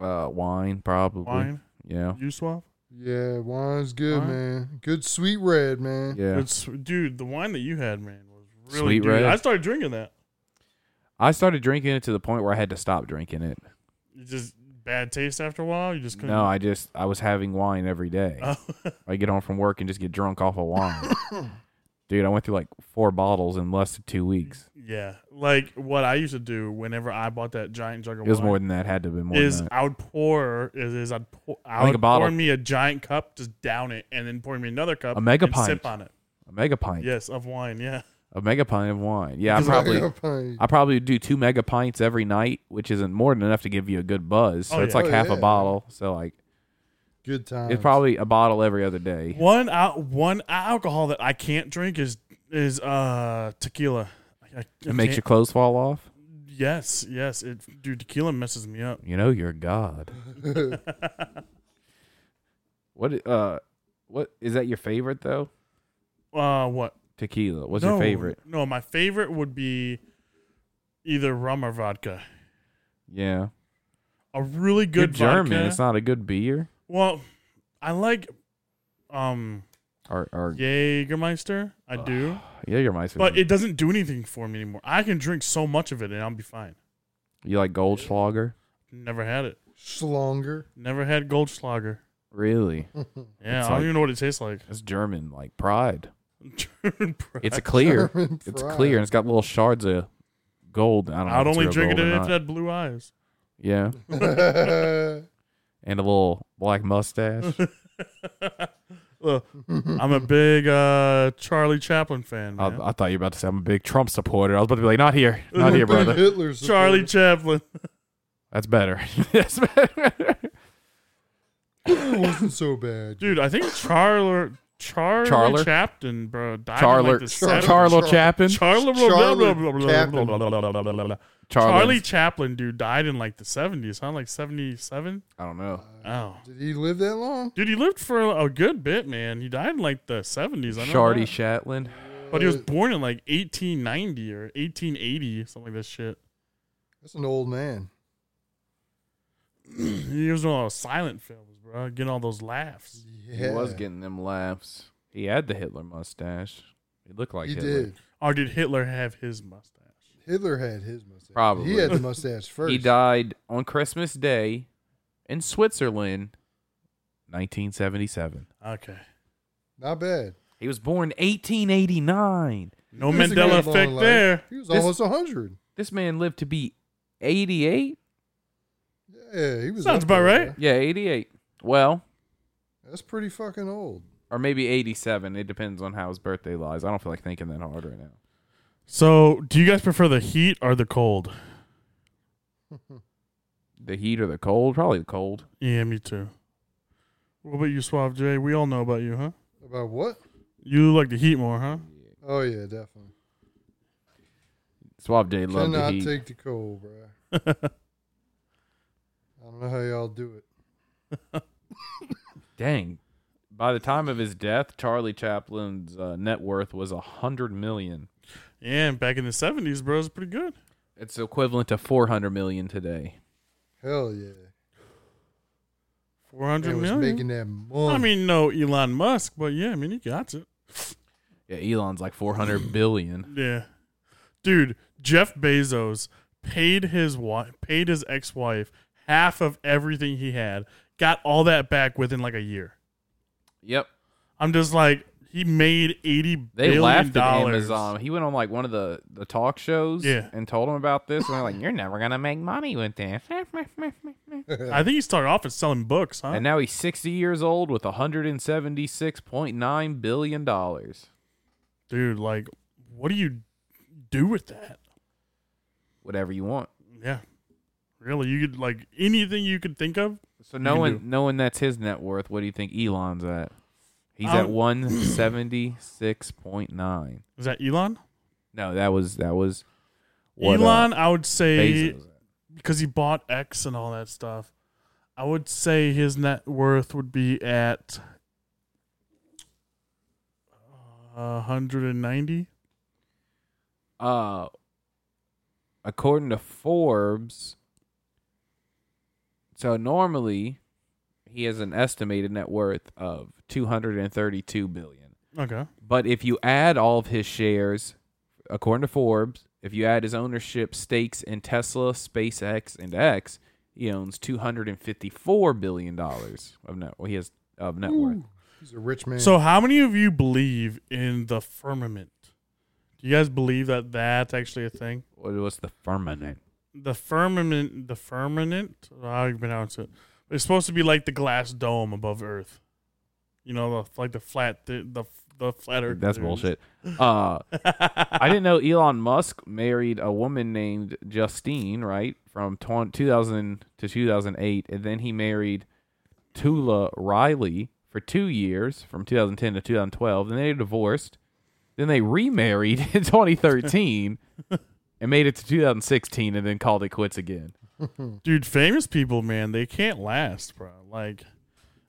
Speaker 2: Uh, wine probably.
Speaker 3: Wine?
Speaker 2: Yeah.
Speaker 3: You swap?
Speaker 1: Yeah, wine's good,
Speaker 3: Wine?
Speaker 1: man. Good sweet red, man.
Speaker 2: Yeah.
Speaker 3: It's, dude, the wine that you had, man, was really
Speaker 2: Sweet
Speaker 3: good.
Speaker 2: Red.
Speaker 3: I started drinking that.
Speaker 2: I started drinking it to the point where I had to stop drinking it.
Speaker 3: You just bad taste after a while. You just couldn't.
Speaker 2: No, I just I was having wine every day.
Speaker 3: Oh.
Speaker 2: I get home from work and just get drunk off of wine. Dude, I went through like four bottles in less than two weeks.
Speaker 3: yeah, like what I used to do whenever I bought that giant jug of
Speaker 2: It was
Speaker 3: wine
Speaker 2: more than that. Had to have been more
Speaker 3: is
Speaker 2: than that.
Speaker 3: I would pour is, is I'd pour I,
Speaker 2: think
Speaker 3: would
Speaker 2: a bottle.
Speaker 3: pour me a giant cup, just down it, and then pour me another cup,
Speaker 2: A mega
Speaker 3: and
Speaker 2: pint.
Speaker 3: sip on it.
Speaker 2: A mega pint.
Speaker 3: Yes, of wine. Yeah,
Speaker 2: A mega pint of wine. Yeah, I
Speaker 1: Like
Speaker 2: probably.
Speaker 1: a pint.
Speaker 2: I probably do two mega pints every night, which isn't more than enough to give you a good buzz. So
Speaker 3: Oh,
Speaker 2: it's
Speaker 3: yeah.
Speaker 1: Oh,
Speaker 2: like half a
Speaker 1: yeah.
Speaker 2: bottle. So like
Speaker 1: Good time.
Speaker 2: it's probably a bottle every other day.
Speaker 3: one out one alcohol that I can't drink is is uh tequila. I, I,
Speaker 2: It makes your clothes fall off.
Speaker 3: yes yes it dude tequila messes me up. Uh,
Speaker 2: You know you're God. what i- uh what is that your favorite though?
Speaker 3: Uh, what
Speaker 2: Tequila. What's
Speaker 3: No,
Speaker 2: your favorite?
Speaker 3: No, my favorite would be either rum or vodka.
Speaker 2: Yeah.
Speaker 3: A really
Speaker 2: You're
Speaker 3: good
Speaker 2: German.
Speaker 3: vodka.
Speaker 2: It's not a good beer.
Speaker 3: well, I like um
Speaker 2: Or or
Speaker 3: Jägermeister. I do,
Speaker 2: yeah, your mice.
Speaker 3: but it doesn't do anything for me anymore. I can drink so much of it and I'll be fine.
Speaker 2: you like Goldschlager?
Speaker 3: Never had it.
Speaker 1: Schlonger.
Speaker 3: Never had Goldschlager.
Speaker 2: Really?
Speaker 3: Yeah,
Speaker 2: It's
Speaker 3: I don't
Speaker 2: like-
Speaker 3: even know what it tastes like.
Speaker 2: That's German, like pride. It's
Speaker 3: it's
Speaker 2: a clear.
Speaker 1: German
Speaker 2: It's
Speaker 1: pride.
Speaker 2: clear and it's got little shards of gold. I don't know. if
Speaker 3: I'd
Speaker 2: it's
Speaker 3: only
Speaker 2: real
Speaker 3: drink it
Speaker 2: gold or
Speaker 3: if
Speaker 2: not.
Speaker 3: it had blue eyes.
Speaker 2: Yeah. and a little black mustache.
Speaker 3: Look, I'm a big uh, Charlie Chaplin fan.
Speaker 2: I,
Speaker 3: Man.
Speaker 2: I thought you were about to say I'm a big Trump supporter. I was about to be like, not here, not here, brother.
Speaker 1: Hitler's
Speaker 3: Charlie Chaplin.
Speaker 2: That's better. That's better.
Speaker 1: It wasn't so bad.
Speaker 3: Dude, I think Charler Charlie
Speaker 2: Charler?
Speaker 3: Chaplin, bro. Died
Speaker 2: Charler,
Speaker 3: In like
Speaker 1: Char-
Speaker 3: the
Speaker 1: Char-
Speaker 2: Charlo
Speaker 1: Char-
Speaker 2: Chapin,
Speaker 3: Charlie,
Speaker 1: Charlie
Speaker 3: Charlie
Speaker 2: Charlie.
Speaker 3: Chaplin, dude, died in like the 70s, huh? Like 77?
Speaker 2: I don't know.
Speaker 3: Oh.
Speaker 1: Uh, Did he live that long?
Speaker 3: Dude, he lived for a good bit, man. He died in like the 70s. I know
Speaker 2: Shardy
Speaker 3: that.
Speaker 2: Shatlin.
Speaker 3: But he was born in like 1890 or 1880, something like that shit.
Speaker 1: That's an old man.
Speaker 3: he was in all those silent films, bro, getting all those laughs.
Speaker 1: Yeah.
Speaker 2: He was getting them laughs. He had the Hitler mustache. He looked like
Speaker 1: he
Speaker 2: Hitler.
Speaker 1: did.
Speaker 3: Or did Hitler have his mustache?
Speaker 1: Hitler had his mustache.
Speaker 2: Probably.
Speaker 1: He had the mustache first.
Speaker 2: He died on Christmas Day in Switzerland, 1977.
Speaker 3: Okay.
Speaker 1: Not bad.
Speaker 2: He was born 1889.
Speaker 3: No
Speaker 1: He was a good
Speaker 3: Mandela
Speaker 1: long
Speaker 3: effect
Speaker 1: life.
Speaker 3: there.
Speaker 1: He was
Speaker 2: This-
Speaker 1: almost almost 100.
Speaker 2: This man lived to be 88.
Speaker 1: Yeah, he was.
Speaker 3: Sounds
Speaker 1: up
Speaker 3: about
Speaker 1: there,
Speaker 3: right.
Speaker 1: man.
Speaker 2: Yeah, 88. Well,
Speaker 1: That's pretty fucking old.
Speaker 2: or maybe 87. It depends on how his birthday lies. I don't feel like thinking that hard right now.
Speaker 3: So, do you guys prefer the heat or the cold?
Speaker 2: The heat or the cold? Probably the cold.
Speaker 3: Yeah, me too. What about you, Suave J? We all know about you, huh?
Speaker 1: About what?
Speaker 3: You like the heat more, huh?
Speaker 1: Oh yeah, definitely.
Speaker 2: Swab Day loved the
Speaker 1: Cannot
Speaker 2: heat.
Speaker 1: take the cold, bro. I don't know how y'all do it.
Speaker 2: Dang. By the time of his death, Charlie Chaplin's uh, net worth was a hundred million.
Speaker 3: Yeah, and back in the 70s, bro, it's pretty good.
Speaker 2: It's equivalent to four hundred million today.
Speaker 1: Hell yeah.
Speaker 3: 400
Speaker 1: It was
Speaker 3: million?
Speaker 1: making that money.
Speaker 3: I mean, no Elon Musk, but yeah, I mean, he got it.
Speaker 2: Yeah, Elon's like four hundred billion.
Speaker 3: Yeah, dude, Jeff Bezos paid his wife, paid his ex-wife half of everything he had, got all that back within like a year.
Speaker 2: Yep,
Speaker 3: I'm just like, he made eighty billion
Speaker 2: they laughed at
Speaker 3: dollars.
Speaker 2: Amazon. He went on like one of the, the talk shows
Speaker 3: Yeah.
Speaker 2: and told him about this, and they're like, "You're never gonna make money with this."
Speaker 3: I think he started off as selling books, huh?
Speaker 2: and now he's sixty years old with hundred and seventy six point nine billion dollars.
Speaker 3: dude, like, what do you do with that?
Speaker 2: Whatever you want.
Speaker 3: Yeah, really, you could like anything you could think of.
Speaker 2: So knowing
Speaker 3: do.
Speaker 2: knowing that's his net worth, what do you think Elon's at? He's at
Speaker 3: Um,
Speaker 2: one seventy six point nine.
Speaker 3: Is that Elon?
Speaker 2: No, that was that was what, uh,
Speaker 3: Elon, I would say
Speaker 2: Bezos was at.
Speaker 3: because he bought X and all that stuff, I would say his net worth would be at uh, 190.
Speaker 2: Uh, according to Forbes, so normally he has an estimated net worth of two hundred and thirty two billion.
Speaker 3: Okay.
Speaker 2: But if you add all of his shares, according to Forbes, if you add his ownership stakes in Tesla, SpaceX, and X, he owns two hundred and fifty-four billion dollars of net. Well, he has of net worth.
Speaker 1: He's a rich man.
Speaker 3: So, how many of you believe in the firmament? Do you guys believe that that's actually a thing?
Speaker 2: What was the firmament?
Speaker 3: The firmament, the firmament, how do you pronounce it? It's supposed to be like the glass dome above Earth. You know, the, like the flat, the, the, the flat Earth.
Speaker 2: That's
Speaker 3: theories.
Speaker 2: bullshit. Uh, I didn't know Elon Musk married a woman named Justine, right? From tw- 2000 to 2008. And then he married Tula Riley for two years, from 2010 to 2012. Then they divorced. Then they remarried in 2013 and made it to 2016 and then called it quits again.
Speaker 3: dude famous people man they can't last bro like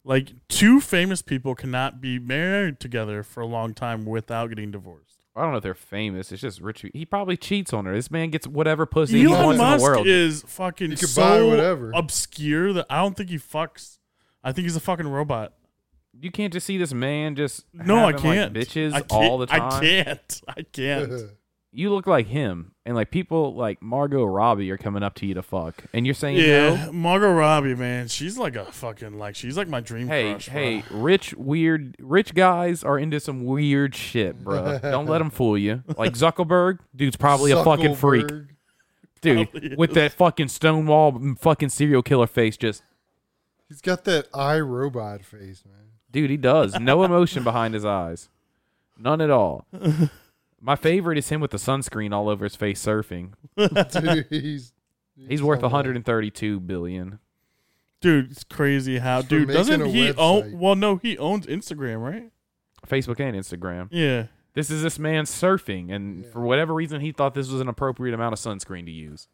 Speaker 3: like two famous people cannot be married together for a long time without getting divorced
Speaker 2: I don't know if they're famous. It's just Richie. He probably cheats on her. This man gets whatever pussy he
Speaker 3: elon
Speaker 2: wants in the
Speaker 3: musk
Speaker 2: world.
Speaker 3: is fucking
Speaker 1: He could
Speaker 3: so
Speaker 1: buy whatever.
Speaker 3: obscure that i don't think he fucks i think he's a fucking robot
Speaker 2: you can't just see this man just
Speaker 3: no i
Speaker 2: having, like,
Speaker 3: can't
Speaker 2: bitches
Speaker 3: I can't-
Speaker 2: all the time.
Speaker 3: i can't i can't
Speaker 2: you look like him, and like people like Margot Robbie are coming up to you to fuck, and you're saying
Speaker 3: yeah margot robbie man she's like a fucking like she's like my dream
Speaker 2: no. Hey,
Speaker 3: crush, bro.
Speaker 2: hey, rich weird rich guys are into some weird shit, bro. Don't let them fool you. Like Zuckerberg, dude's probably a fucking freak,
Speaker 1: Zuckerberg.
Speaker 3: Probably
Speaker 2: dude, with
Speaker 3: is.
Speaker 2: that fucking stonewall mm, fucking serial killer face. Just
Speaker 1: He's got that iRobot face, man.
Speaker 2: dude, he does no emotion behind his eyes, none at all. My favorite is him with the sunscreen all over his face surfing.
Speaker 1: Dude, he's
Speaker 2: He's worth
Speaker 1: something.
Speaker 2: 132 billion.
Speaker 3: dude it's crazy how
Speaker 1: He's for
Speaker 3: dude
Speaker 1: making
Speaker 3: doesn't
Speaker 1: a
Speaker 3: he
Speaker 1: website.
Speaker 3: own well no he owns instagram right
Speaker 2: Facebook and Instagram.
Speaker 3: Yeah.
Speaker 2: This is this man surfing, and
Speaker 1: Yeah.
Speaker 2: for whatever reason, he thought this was an appropriate amount of sunscreen to use.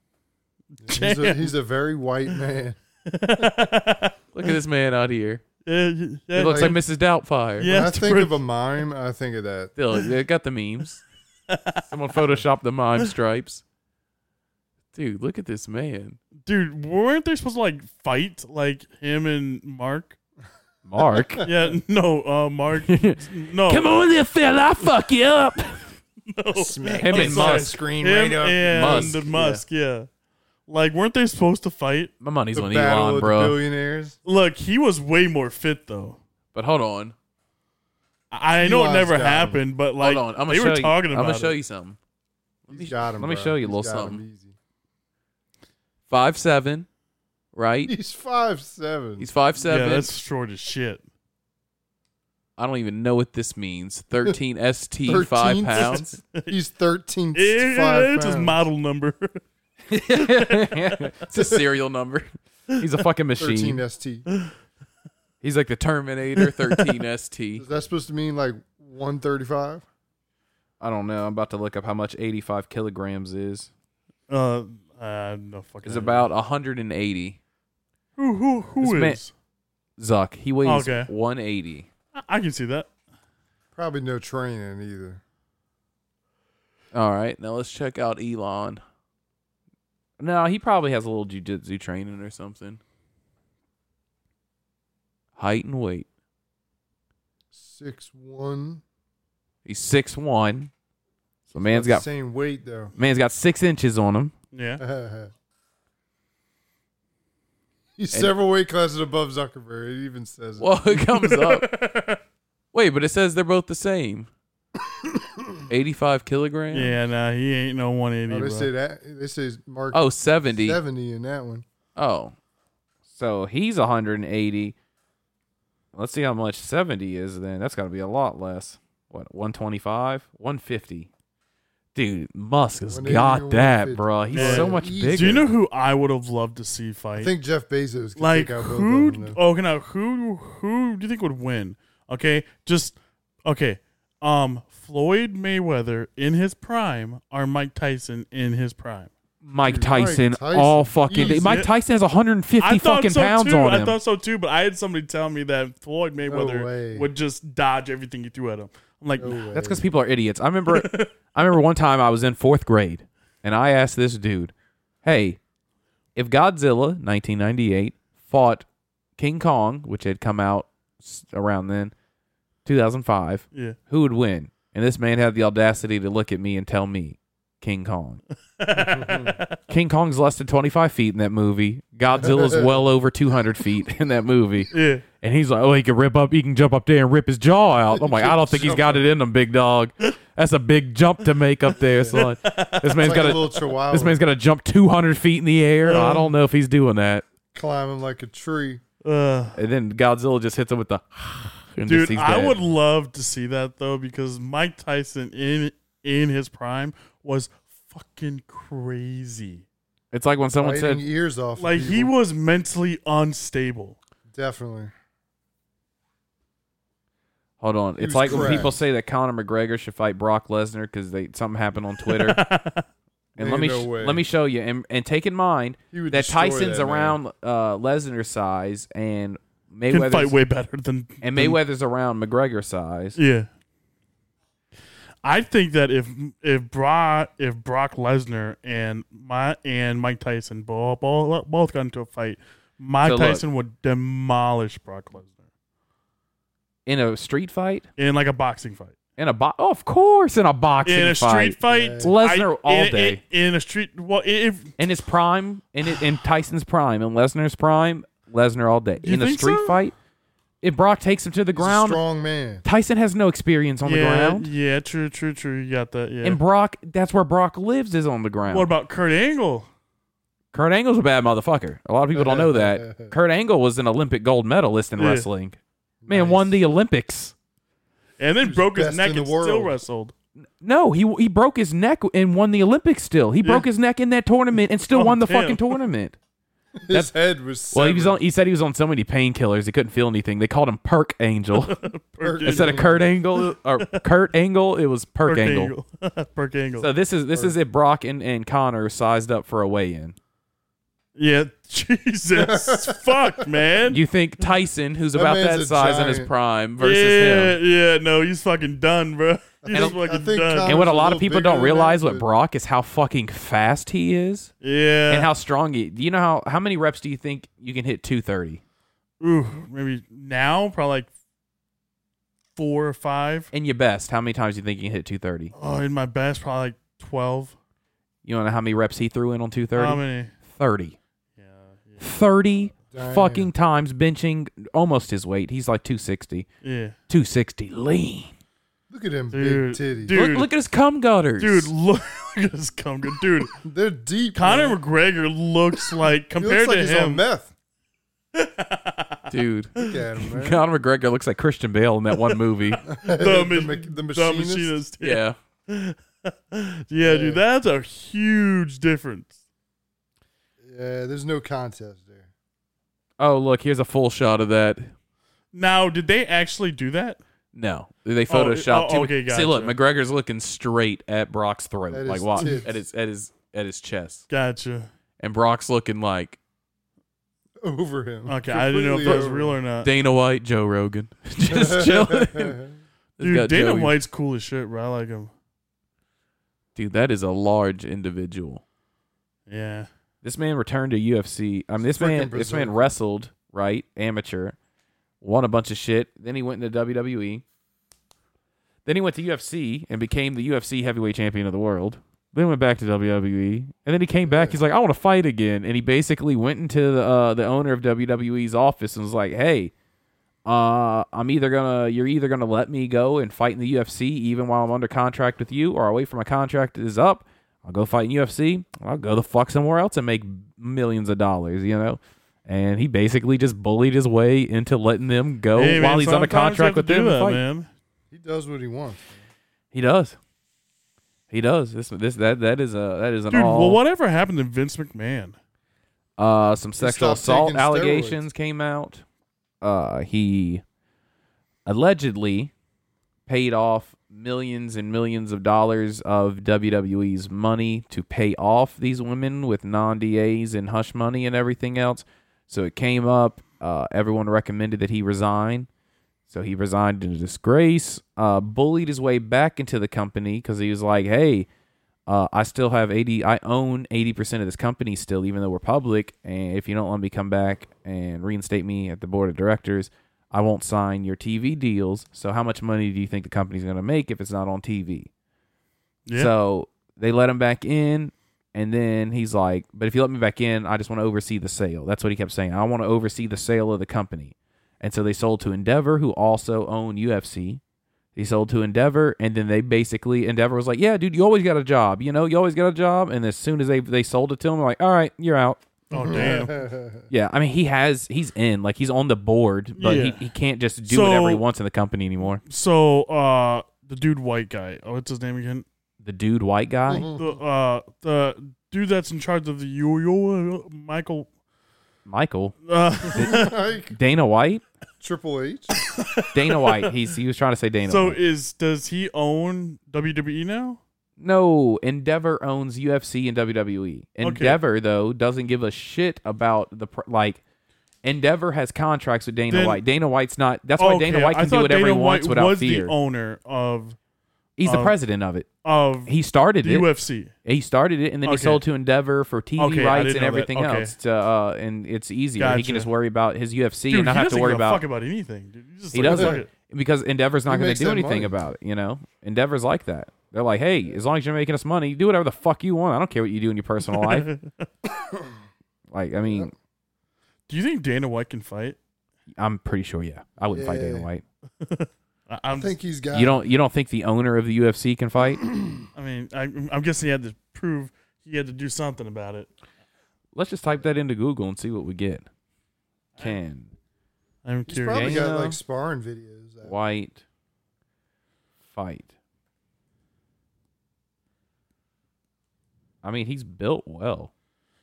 Speaker 1: He's a, he's a very white man.
Speaker 3: yeah,
Speaker 2: Look at this man out here.
Speaker 3: y-
Speaker 2: He
Speaker 3: yeah.
Speaker 2: looks like Mrs. Doubtfire.
Speaker 3: Yeah.
Speaker 1: When I
Speaker 3: it's
Speaker 1: think
Speaker 3: pretty-
Speaker 1: of a mime, I think of that.
Speaker 2: Still, they got the memes. Someone photoshopped the mime stripes. Dude, look at this man.
Speaker 3: Dude, weren't they supposed to like fight like him and Mark?
Speaker 2: Mark.
Speaker 3: Yeah, no, uh Mark. No.
Speaker 2: Come on there, fella. I'll fuck you up.
Speaker 3: No.
Speaker 2: Oh, Him
Speaker 1: the
Speaker 2: and Musk.
Speaker 1: Screen
Speaker 3: Him
Speaker 1: right up.
Speaker 3: and
Speaker 2: Musk,
Speaker 3: Musk,
Speaker 2: yeah.
Speaker 3: yeah. Like weren't they supposed to fight?
Speaker 2: My money's
Speaker 1: the
Speaker 2: on
Speaker 1: battle
Speaker 2: Elon,
Speaker 1: of the
Speaker 2: bro.
Speaker 1: billionaires.
Speaker 3: Look, he was way more fit though.
Speaker 2: But hold on.
Speaker 3: I I know it
Speaker 1: Elon's
Speaker 3: never
Speaker 1: got him.
Speaker 3: happened, but like
Speaker 2: hold on. I'm
Speaker 3: they
Speaker 2: gonna show
Speaker 3: were
Speaker 2: you.
Speaker 3: talking
Speaker 2: I'm
Speaker 3: about
Speaker 2: gonna show
Speaker 3: it.
Speaker 2: you something. Let me,
Speaker 1: He's got him.
Speaker 2: let me
Speaker 1: bro.
Speaker 2: show you a
Speaker 1: He's
Speaker 2: little
Speaker 1: got him
Speaker 2: something.
Speaker 1: easy.
Speaker 2: Five seven, right?
Speaker 1: He's five seven.
Speaker 2: He's five
Speaker 3: Yeah,
Speaker 2: seven.
Speaker 3: that's short as shit.
Speaker 2: I don't even know what this means. Thirteen ST
Speaker 1: 13?
Speaker 2: five pounds.
Speaker 1: He's thirteen
Speaker 3: It-
Speaker 1: five
Speaker 3: it's his
Speaker 1: pounds.
Speaker 3: model number.
Speaker 2: it's a serial number. He's a fucking machine.
Speaker 1: Thirteen ST.
Speaker 2: He's like the Terminator 13
Speaker 1: Is
Speaker 2: ST.
Speaker 1: that supposed to mean like one thirty five?
Speaker 2: I don't know. I'm about to look up how much 85 kilograms is.
Speaker 3: uh, uh no fucking.
Speaker 2: It's
Speaker 3: idea.
Speaker 2: about 180.
Speaker 3: who who who
Speaker 2: This man-
Speaker 3: is?
Speaker 2: Zuck, he weighs
Speaker 3: Okay.
Speaker 2: 180.
Speaker 3: I- I can see that.
Speaker 1: Probably no training either.
Speaker 2: All right, now let's check out Elon. No, he probably has a little jujitsu training or something. Height and weight.
Speaker 1: Six one.
Speaker 2: He's six one. So man's
Speaker 1: That's
Speaker 2: got
Speaker 1: the same weight though.
Speaker 2: man's got six inches on him.
Speaker 3: Yeah.
Speaker 1: He's
Speaker 2: And-
Speaker 1: several weight classes above Zuckerberg. It even says it.
Speaker 2: Well, it comes up. Wait, but it says they're both the same. Eighty-five kilograms.
Speaker 3: Yeah, nah, he ain't no 180.
Speaker 1: Oh, they
Speaker 3: bro.
Speaker 1: say that. They say Mark
Speaker 2: Oh, 70.
Speaker 1: seventy in that one.
Speaker 2: Oh. So he's 180. Let's see how much 70 is then. That's got to be a lot less. What, 125? 150. Dude, Musk has
Speaker 1: 180
Speaker 2: got
Speaker 1: or
Speaker 2: that,
Speaker 1: 150.
Speaker 2: bruh. He's
Speaker 3: Yeah.
Speaker 2: so much
Speaker 1: Easy.
Speaker 2: bigger.
Speaker 3: Do you know who I would have loved to see fight?
Speaker 1: I think Jeff Bezos. Can
Speaker 3: like
Speaker 1: take out both
Speaker 3: who?
Speaker 1: Of them, though.
Speaker 3: Okay, now who? Who do you think would win? Okay, just okay. Um, Floyd Mayweather in his prime, or Mike Tyson in his prime?
Speaker 2: Mike
Speaker 1: Dude, Mike
Speaker 2: Tyson,
Speaker 1: Tyson.
Speaker 2: all fucking.
Speaker 1: Easy.
Speaker 2: Mike Tyson has 150
Speaker 3: I thought
Speaker 2: fucking
Speaker 3: so
Speaker 2: pounds
Speaker 3: too.
Speaker 2: on
Speaker 3: I
Speaker 2: him.
Speaker 3: thought so too, but I had somebody tell me that Floyd Mayweather
Speaker 1: way.
Speaker 3: would just dodge everything you threw at him. I'm like,
Speaker 1: No
Speaker 2: That's
Speaker 1: way.
Speaker 2: because people are idiots. I remember, I remember one time I was in fourth grade, and I asked this dude, "Hey, if Godzilla 1998 fought King Kong, which had come out s- around then, 2005,
Speaker 3: yeah.
Speaker 2: who would win?" And this man had the audacity to look at me and tell me, "King Kong." King Kong's less than 25 feet in that movie. Godzilla's well over 200 feet in that movie.
Speaker 3: Yeah.
Speaker 2: And he's like, oh, he can rip up, he can jump up there and rip his jaw out. I'm like, I don't think he's got it in him, big dog. That's a big jump to make up there, son. This man's
Speaker 1: Like
Speaker 2: got
Speaker 1: a
Speaker 2: to
Speaker 1: little chihuahua.
Speaker 2: this man's got to jump 200 feet in the air. I don't know if he's doing that.
Speaker 1: climbing like a tree.
Speaker 3: Uh,
Speaker 2: And then Godzilla just hits him with the. and just-
Speaker 3: Dude,
Speaker 2: he's
Speaker 3: I
Speaker 2: dead.
Speaker 3: would love to see that though because Mike Tyson in in his prime was fucking crazy.
Speaker 2: It's like when someone
Speaker 1: biting
Speaker 2: said,
Speaker 1: ears off. of
Speaker 3: Like he
Speaker 1: people.
Speaker 3: was mentally unstable.
Speaker 1: definitely.
Speaker 2: "Hold on."
Speaker 1: was
Speaker 2: It's like when
Speaker 1: cracked.
Speaker 2: people say that Conor McGregor should fight Brock Lesnar because they something happened on Twitter. and let me
Speaker 1: Ain't no
Speaker 2: sh-
Speaker 1: way.
Speaker 2: let me show you. And, and take in mind
Speaker 1: He would
Speaker 2: that
Speaker 1: destroy
Speaker 2: Tyson's
Speaker 1: that man.
Speaker 2: around uh, Lesnar's size and
Speaker 3: Can fight
Speaker 2: Mayweather's
Speaker 3: way better than
Speaker 2: And
Speaker 3: than-
Speaker 2: Mayweather's around McGregor size.
Speaker 3: Yeah. I think that if if Brock if Brock Lesnar and my and Mike Tyson both both, both got into a fight, Mike
Speaker 2: So look.
Speaker 3: Tyson would demolish Brock Lesnar
Speaker 2: In a street fight?
Speaker 3: in like a boxing fight.
Speaker 2: In a bo- oh, of course, in a boxing
Speaker 3: in a
Speaker 2: fight.
Speaker 3: street fight,
Speaker 1: Yeah.
Speaker 2: Lesnar all
Speaker 3: in- in-
Speaker 2: day.
Speaker 3: In, a street, well, i- if
Speaker 2: in his prime, in it, in Tyson's prime, in Lesnar's prime, Lesnar all day.
Speaker 3: You
Speaker 2: in a
Speaker 3: think
Speaker 2: street
Speaker 3: so?
Speaker 2: fight, if Brock takes him to the
Speaker 1: He's a
Speaker 2: ground,
Speaker 1: strong man.
Speaker 2: Tyson has no experience on the
Speaker 3: yeah,
Speaker 2: ground.
Speaker 3: yeah, true, true, true. You got that. Yeah.
Speaker 2: And Brock, that's where Brock lives, is on the ground.
Speaker 3: what about Kurt Angle?
Speaker 2: Kurt Angle's a bad motherfucker. A lot of people don't know that. Kurt Angle was an Olympic gold medalist in
Speaker 3: Yeah.
Speaker 2: wrestling. Man, won the Olympics.
Speaker 3: And then
Speaker 1: Who's
Speaker 3: broke his
Speaker 1: best
Speaker 3: neck
Speaker 1: in the
Speaker 3: and still
Speaker 1: world?
Speaker 3: wrestled.
Speaker 2: No, he he broke his neck and won the Olympics. Still, he broke his neck in that tournament and still
Speaker 3: Oh,
Speaker 2: won the
Speaker 3: damn.
Speaker 2: fucking tournament.
Speaker 1: His head was.
Speaker 2: Well, he was
Speaker 1: severed.
Speaker 2: on. He said he was on so many painkillers he couldn't feel anything. They called him Perk Angel
Speaker 3: Perk
Speaker 2: instead of Kurt Angle or Kurt Angle. It was Perk, Angle.
Speaker 3: Perk angle.
Speaker 2: So this is this is it. Brock and, and Connor sized up for a weigh-in.
Speaker 3: yeah, Jesus, fuck, man.
Speaker 2: You think Tyson, who's
Speaker 1: That
Speaker 2: about
Speaker 1: man's
Speaker 2: that
Speaker 1: a
Speaker 2: size in his
Speaker 1: giant.
Speaker 2: press, versus
Speaker 3: yeah,
Speaker 2: him.
Speaker 3: yeah, no, he's fucking done, bro. He's
Speaker 2: I
Speaker 3: just
Speaker 2: think-
Speaker 1: I
Speaker 3: fucking
Speaker 1: think um,
Speaker 3: done.
Speaker 1: Connor's
Speaker 2: And what a lot
Speaker 1: little
Speaker 2: of people
Speaker 1: bigger
Speaker 2: don't
Speaker 1: than
Speaker 2: realize
Speaker 1: that,
Speaker 2: with
Speaker 1: but-
Speaker 2: Brock is how fucking fast he is
Speaker 3: yeah,
Speaker 2: and how strong he. You know how how many reps do you think you can hit two thirty?
Speaker 3: Ooh, maybe now probably like four or five.
Speaker 2: In your best, how many times do you think you can hit two thirty?
Speaker 3: Oh, in my best, probably like twelve.
Speaker 2: You don't know how many reps he threw in on two
Speaker 3: How
Speaker 2: thirty?
Speaker 3: many?
Speaker 2: Thirty.
Speaker 3: Yeah, yeah,
Speaker 2: 30
Speaker 1: Damn.
Speaker 2: E fucking times benching almost his weight. He's like 260.
Speaker 3: yeah.
Speaker 2: 260 lean.
Speaker 1: Look at them
Speaker 3: Dude,
Speaker 1: big titties.
Speaker 3: dude.
Speaker 2: Look, look at his cum gutters.
Speaker 3: Dude, look at this cum. gu- Dude,
Speaker 1: They're deep.
Speaker 3: Conor
Speaker 1: man.
Speaker 3: McGregor looks like
Speaker 1: He
Speaker 3: compared
Speaker 1: looks like
Speaker 3: to
Speaker 1: he's on
Speaker 3: him.
Speaker 1: meth.
Speaker 2: Dude.
Speaker 1: Look at him, man.
Speaker 2: Conor McGregor looks like Christian Bale in that one movie.
Speaker 3: The,
Speaker 1: The
Speaker 3: ma-
Speaker 1: mach- the
Speaker 3: the
Speaker 1: machinist?
Speaker 3: machinist. Yeah.
Speaker 2: yeah.
Speaker 3: Yeah, dude, that's a huge difference.
Speaker 1: Yeah, there's no contest there.
Speaker 2: Oh, look, here's a full shot of that.
Speaker 3: Now, did they actually do that?
Speaker 2: No, they photoshopped.
Speaker 3: oh,
Speaker 2: too-
Speaker 3: okay,
Speaker 2: See, look,
Speaker 3: gotcha.
Speaker 2: McGregor's looking straight at Brock's throat,
Speaker 1: At
Speaker 2: like
Speaker 1: his
Speaker 2: watch
Speaker 1: tits.
Speaker 2: at his at his at his chest,
Speaker 3: Gotcha.
Speaker 2: and Brock's looking like
Speaker 1: Over him.
Speaker 3: Okay, I didn't know if that was real or not.
Speaker 2: Dana White, Joe Rogan, just chilling. He's
Speaker 3: Dude,
Speaker 2: got
Speaker 3: Dana
Speaker 2: Joey-
Speaker 3: White's cool as shit, bro. I like him.
Speaker 2: Dude, that is a large individual.
Speaker 3: Yeah.
Speaker 2: This man returned to UFC. I mean, this
Speaker 1: Freaking
Speaker 2: man, this man
Speaker 1: berserk.
Speaker 2: wrestled right, amateur, won a bunch of shit. Then he went into WWE. Then he went to UFC and became the UFC heavyweight champion of the world. Then went back to WWE, and then he came back. He's like, "I want to fight again," and he basically went into the, uh, the owner of WWE's office and was like, "Hey, uh, I'm either gonna, you're either gonna let me go and fight in the UFC even while I'm under contract with you, or I'll wait for my contract is up. I'll go fight in UFC. or I'll go the fuck somewhere else and make millions of dollars, you know." And he basically just bullied his way into letting them go
Speaker 3: Hey, man,
Speaker 2: Oh, while he's under
Speaker 3: sometimes you have
Speaker 2: contract
Speaker 3: to
Speaker 2: with
Speaker 3: do
Speaker 2: them. and
Speaker 3: that,
Speaker 2: fight.
Speaker 3: man.
Speaker 1: He does what he wants.
Speaker 2: He does. He does. This this that that is a that is an
Speaker 3: Dude,
Speaker 2: all
Speaker 3: well, whatever happened to Vince McMahon?
Speaker 2: uh some sexual
Speaker 1: stopped
Speaker 2: assault
Speaker 1: taking
Speaker 2: allegations
Speaker 1: steroids.
Speaker 2: came out. Uh he allegedly paid off millions and millions of dollars of WWE's money to pay off these women with non-DAs and hush money and everything else. So it came up. Uh, everyone recommended that he resign. So he resigned in disgrace. Uh, bullied his way back into the company because he was like, "Hey, uh, I still have eighty. I own eighty percent of this company still, even though we're public. And if you don't let me come back and reinstate me at the board of directors, I won't sign your TV deals. So how much money do you think the company's going to make if it's not on TV?"
Speaker 3: Yeah.
Speaker 2: So they let him back in, and then he's like, "But if you let me back in, I just want to oversee the sale." That's what he kept saying. I want to oversee the sale of the company. And so they sold to Endeavor, who also own UFC. He sold to Endeavor, and then they basically Endeavor was like, "Yeah, dude, you always got a job. You know, you always got a job." And as soon as they they sold it to him, like, "All right, you're out."
Speaker 3: oh, damn.
Speaker 2: Yeah, I mean, he has he's in like he's on the board, but
Speaker 3: Yeah.
Speaker 2: he, he can't just do
Speaker 3: So-
Speaker 2: whatever he wants in the company anymore.
Speaker 3: So, uh, the dude white guy. Oh, what's his name again?
Speaker 2: The dude, white guy,
Speaker 3: The uh, the dude that's in charge of the yo yo Michael.
Speaker 2: Michael,
Speaker 3: Uh,
Speaker 1: like
Speaker 2: Dana White,
Speaker 1: Triple H.
Speaker 2: Dana White. He's he was trying to say Dana.
Speaker 3: so
Speaker 2: White.
Speaker 3: is does he own WWE now?
Speaker 2: No, Endeavor owns UFC and WWE. Endeavor though doesn't give a shit about the pr- like. Endeavor has contracts with Dana
Speaker 3: Then-
Speaker 2: White. Dana White's not. That's why Dana White
Speaker 3: I
Speaker 2: can do
Speaker 3: thought
Speaker 2: whatever
Speaker 3: Dana
Speaker 2: he wants
Speaker 3: White
Speaker 2: without
Speaker 3: was
Speaker 2: fear.
Speaker 3: the owner of
Speaker 2: He's the
Speaker 3: of-
Speaker 2: president of it.
Speaker 3: of
Speaker 2: He started
Speaker 3: the
Speaker 2: it.
Speaker 3: UFC.
Speaker 2: He started it, and then he
Speaker 3: Okay.
Speaker 2: sold to Endeavor for TV
Speaker 3: Okay, I
Speaker 2: rights
Speaker 3: didn't
Speaker 2: and
Speaker 3: know that.
Speaker 2: everything
Speaker 3: Okay.
Speaker 2: else. To, uh, and it's easier. He
Speaker 3: Gotcha.
Speaker 2: can just worry about his UFC
Speaker 3: Dude,
Speaker 2: and not
Speaker 3: he
Speaker 2: have to
Speaker 3: doesn't
Speaker 2: worry
Speaker 3: give a
Speaker 2: about
Speaker 3: fuck about anything. Dude. He's just
Speaker 2: He
Speaker 3: like,
Speaker 2: doesn't.
Speaker 3: fuck it.
Speaker 2: because Endeavor's not
Speaker 1: He
Speaker 2: going to
Speaker 1: makes
Speaker 2: do
Speaker 1: that
Speaker 2: anything
Speaker 1: money.
Speaker 2: about it. You know, Endeavor's like that. They're like, hey, as long as you're making us money, do whatever the fuck you want. I don't care what you do in your personal life. like, I mean,
Speaker 3: Do you think Dana White can fight?
Speaker 2: I'm pretty sure, yeah, I wouldn't fight Dana
Speaker 1: Yeah.
Speaker 2: White.
Speaker 3: I,
Speaker 1: I
Speaker 3: I'm.
Speaker 1: think he's got.
Speaker 2: You don't, you don't think the owner of the UFC can fight?
Speaker 3: I mean, I, I'm guessing he had to prove he had to do something about it.
Speaker 2: Let's just type that into Google and see what we get. Can
Speaker 3: I'm
Speaker 1: He's probably
Speaker 3: curious.
Speaker 2: Dana
Speaker 1: got like sparring videos. out.
Speaker 2: White fight? I mean, he's built well.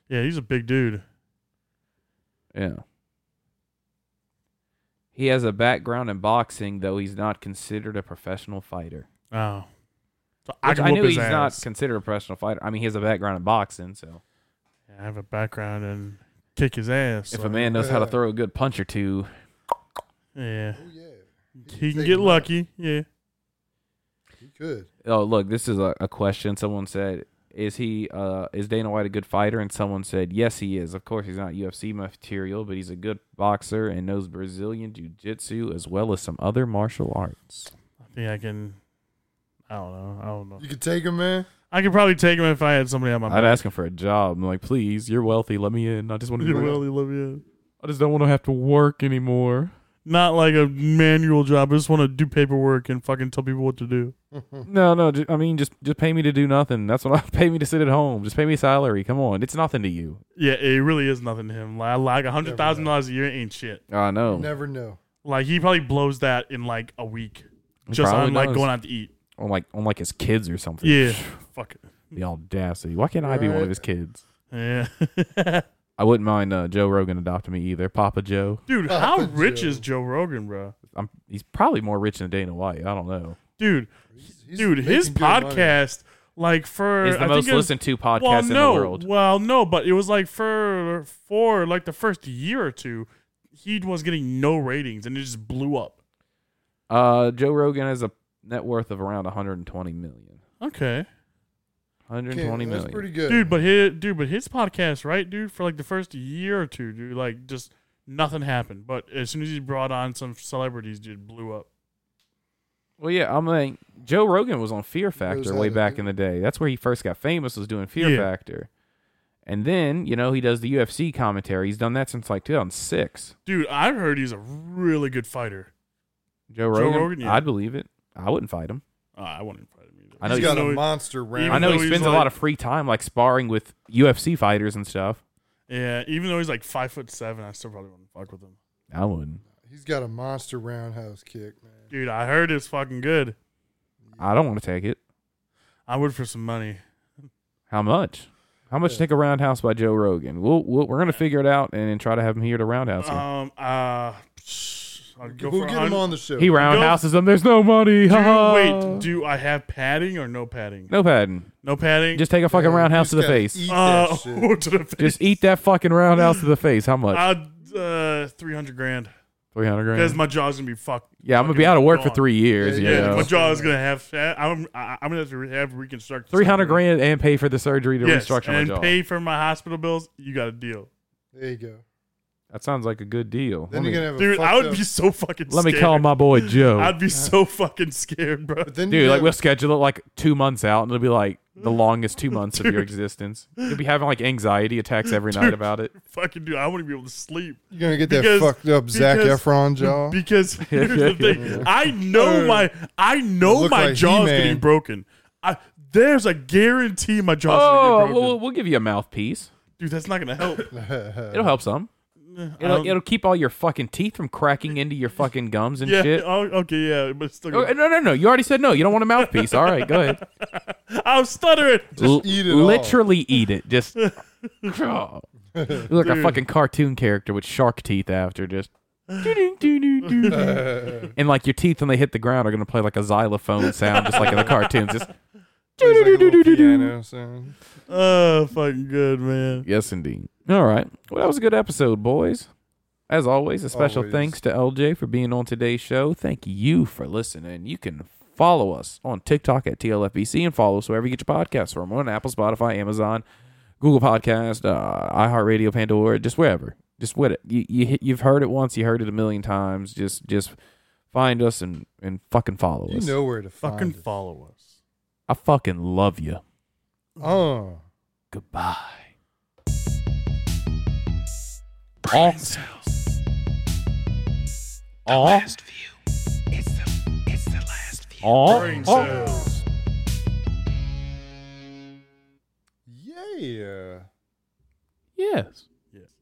Speaker 3: Yeah, he's a big dude.
Speaker 2: Yeah. He has a background in boxing, though he's not considered a professional fighter.
Speaker 3: Oh. So
Speaker 2: Which
Speaker 3: can
Speaker 2: I,
Speaker 3: whoop
Speaker 2: knew
Speaker 3: his
Speaker 2: he's not
Speaker 3: ass.
Speaker 2: considered a professional fighter. I mean, he has a background in boxing, so
Speaker 3: I have a background and kick his ass.
Speaker 2: if
Speaker 3: so-
Speaker 2: a man knows how to
Speaker 1: Yeah.
Speaker 2: throw a good punch or two,
Speaker 3: Yeah.
Speaker 1: Oh yeah,
Speaker 3: He can
Speaker 1: take
Speaker 3: get
Speaker 1: him out.
Speaker 3: lucky. Yeah.
Speaker 1: he could.
Speaker 2: oh look, this is a, a question. Someone said, "Is he? Uh, is Dana White a good fighter?" And someone said, "Yes, he is. Of course, he's not UFC material, but he's a good boxer and knows Brazilian jiu-jitsu as well as some other martial arts."
Speaker 3: I think I can. I don't know. I don't know.
Speaker 1: You could take him, man.
Speaker 3: I could probably take him if I had somebody on my
Speaker 2: I'd
Speaker 3: back.
Speaker 2: ask him for a job. I'm like, "Please, you're wealthy. Let me in. I just want to. Be
Speaker 3: Yeah,
Speaker 2: wealthy.
Speaker 3: Willie Levy, yeah.
Speaker 2: I just don't want to have to work anymore."
Speaker 3: Not like a manual job. I just want to do paperwork and fucking tell people what to do.
Speaker 2: No, no. ju- I mean, just just pay me to do nothing. That's what I pay me to sit at home. Just pay me a salary. Come on, it's nothing to you.
Speaker 3: Yeah, it really is nothing to him. Like, like a hundred thousand dollars a year ain't shit.
Speaker 2: I know.
Speaker 1: You never know.
Speaker 3: Like he probably blows that in like a week,
Speaker 2: He
Speaker 3: just
Speaker 2: probably
Speaker 3: on like
Speaker 2: knows.
Speaker 3: going out to eat.
Speaker 2: on like on like his kids or something.
Speaker 3: Yeah, fuck it.
Speaker 2: The audacity. Why can't I be one of
Speaker 1: Right.
Speaker 2: his kids?
Speaker 3: Yeah,
Speaker 2: I wouldn't mind uh, Joe Rogan adopting me either. Papa Joe.
Speaker 3: dude, how
Speaker 1: Papa
Speaker 3: rich
Speaker 1: Joe.
Speaker 3: is Joe Rogan, bro?
Speaker 2: I'm, he's probably more rich than Dana White. I don't know.
Speaker 3: Dude,
Speaker 1: He's- he's
Speaker 3: dude, his
Speaker 1: making good money.
Speaker 3: podcast, like for
Speaker 2: He's the
Speaker 3: I
Speaker 2: most
Speaker 3: think it was-
Speaker 2: listened to podcast
Speaker 3: well,
Speaker 2: in
Speaker 3: no,
Speaker 2: the world.
Speaker 3: well, no, but it was like for for like the first year or two, he was getting no ratings, and it just blew up.
Speaker 2: Uh, Joe Rogan has a net worth of around 120 million.
Speaker 3: Okay,
Speaker 2: 120
Speaker 1: Can't- That's
Speaker 2: million.
Speaker 1: pretty good,
Speaker 3: dude, but his dude, but his podcast, right, dude, for like the first year or two, dude, like just nothing happened. But as soon as he brought on some celebrities, dude, blew up.
Speaker 2: Well, yeah, I'm like Joe Rogan was on Fear Factor
Speaker 1: how
Speaker 2: way
Speaker 1: to
Speaker 2: back
Speaker 1: do
Speaker 2: in the day. That's where he first got famous was doing Fear
Speaker 3: Yeah.
Speaker 2: Factor. And then, you know, he does the UFC commentary. He's done that since like 2006.
Speaker 3: Dude, I've heard he's a really good fighter.
Speaker 2: Joe Rogan,
Speaker 3: Rogan, yeah.
Speaker 2: I'd believe it. I wouldn't fight him.
Speaker 3: Uh, I wouldn't fight him either.
Speaker 2: I know
Speaker 1: he's
Speaker 2: he's-
Speaker 1: got
Speaker 3: No,
Speaker 1: a monster round.
Speaker 3: Even
Speaker 2: I know he
Speaker 3: though he's
Speaker 2: spends a
Speaker 3: like-
Speaker 2: lot of free time like sparring with UFC fighters and stuff.
Speaker 3: Yeah, even though he's like five foot seven, I still probably wouldn't fuck with him.
Speaker 2: I wouldn't.
Speaker 1: He's got a monster roundhouse kick, man.
Speaker 3: Dude, I heard it's fucking good.
Speaker 2: I don't want to take it.
Speaker 3: I would for some money.
Speaker 2: How much? How much
Speaker 1: Yeah.
Speaker 2: to take a roundhouse by Joe Rogan? We'll, we'll we're gonna figure it out and then try to have him here to roundhouse him.
Speaker 3: Um, uh, psh, I'd go
Speaker 1: we'll
Speaker 3: for
Speaker 1: get
Speaker 3: a
Speaker 1: him
Speaker 3: hun-
Speaker 1: on the show.
Speaker 2: he roundhouses him. There's no money.
Speaker 3: Do-
Speaker 2: Ha ha.
Speaker 3: wait, do I have padding or no padding?
Speaker 2: no padding.
Speaker 3: No padding.
Speaker 2: Just take a fucking
Speaker 1: Yeah,
Speaker 2: roundhouse
Speaker 1: he's
Speaker 2: to the
Speaker 1: gotta
Speaker 2: face.
Speaker 1: eat that
Speaker 3: uh,
Speaker 1: shit.
Speaker 3: to the face.
Speaker 2: Just eat that fucking roundhouse to the face. How much?
Speaker 3: I'd, uh, three hundred grand
Speaker 2: Three hundred
Speaker 3: because
Speaker 2: grand.
Speaker 3: my jaw's gonna be fucked.
Speaker 2: yeah, I'm gonna be
Speaker 3: fucking
Speaker 2: out of work for
Speaker 3: gone.
Speaker 2: three years.
Speaker 1: Yeah,
Speaker 2: Yeah.
Speaker 3: Yeah,
Speaker 1: yeah.
Speaker 3: my jaw is gonna have. I'm. I- I'm gonna have to re- have reconstruct.
Speaker 2: Three hundred grand and pay for the surgery to
Speaker 3: Yes,
Speaker 2: restructure my
Speaker 3: and
Speaker 2: jaw.
Speaker 3: pay for my hospital bills. You got a deal,
Speaker 1: There you go.
Speaker 2: that sounds like a good deal.
Speaker 1: Then
Speaker 2: Let
Speaker 1: you're
Speaker 2: me-
Speaker 1: gonna have a
Speaker 3: dude. I
Speaker 1: fucked
Speaker 3: would
Speaker 1: up-
Speaker 3: be so fucking.
Speaker 2: let me
Speaker 3: scared.
Speaker 2: call my boy Joe.
Speaker 3: I'd be so fucking scared, bro.
Speaker 1: But then
Speaker 2: Dude,
Speaker 1: you
Speaker 2: like
Speaker 1: have-
Speaker 2: we'll schedule it like two months out, and it'll be like the longest two months of your existence. You'll be having like anxiety attacks every night
Speaker 3: Dude.
Speaker 2: about it.
Speaker 3: Fucking dude, I wouldn't be able to sleep
Speaker 1: you're gonna get that
Speaker 3: because-
Speaker 1: fucked up Zach
Speaker 3: because-
Speaker 1: Efron jaw.
Speaker 3: because here's the thing. I know my. I know
Speaker 1: Look
Speaker 3: my
Speaker 1: like
Speaker 3: jaw's
Speaker 1: He-Man.
Speaker 3: getting broken. I, there's a guarantee my jaw's gonna
Speaker 2: Oh,
Speaker 3: get broken.
Speaker 2: we'll, we'll give you a mouthpiece.
Speaker 3: Dude, that's not gonna help.
Speaker 2: It'll help some. It'll,
Speaker 3: don't-
Speaker 2: it'll keep all your fucking teeth from cracking into your fucking gums and
Speaker 3: yeah.
Speaker 2: shit.
Speaker 3: oh, Okay. Yeah. But it's still.
Speaker 2: Oh,
Speaker 3: Gonna,
Speaker 2: no, no, no. You already said no. You don't want a mouthpiece. All right, go ahead.
Speaker 3: I'm stuttering.
Speaker 2: L-
Speaker 1: eat it all.
Speaker 2: literally eat it. Just you look like a
Speaker 3: Dude.
Speaker 2: fucking cartoon character with shark teeth after just. and like your teeth when they hit the ground are gonna play like a xylophone sound, just like in the cartoons. Just
Speaker 1: Plays like a little piano sound.
Speaker 3: Oh, fucking good, man.
Speaker 2: yes, indeed. All right, well that was a good episode, boys. As always, a special
Speaker 1: Always.
Speaker 2: thanks to LJ for being on today's show. Thank you for listening. You can follow us on TikTok at TLFBC E and follow us wherever you get your podcasts from. We're on Apple, Spotify, Amazon, Google Podcast, uh, iHeartRadio, Pandora, just wherever. Just with it. You, you hit- you've heard it once, you heard it a million times. Just just find us and and fucking follow
Speaker 1: You
Speaker 2: us.
Speaker 1: know where to
Speaker 3: Fucking
Speaker 1: find it.
Speaker 3: follow us.
Speaker 2: I fucking love you.
Speaker 1: Oh.
Speaker 2: Goodbye. Aw.
Speaker 3: Brain
Speaker 2: Aw. Aw.
Speaker 3: cells.
Speaker 1: Yeah.
Speaker 2: Yes.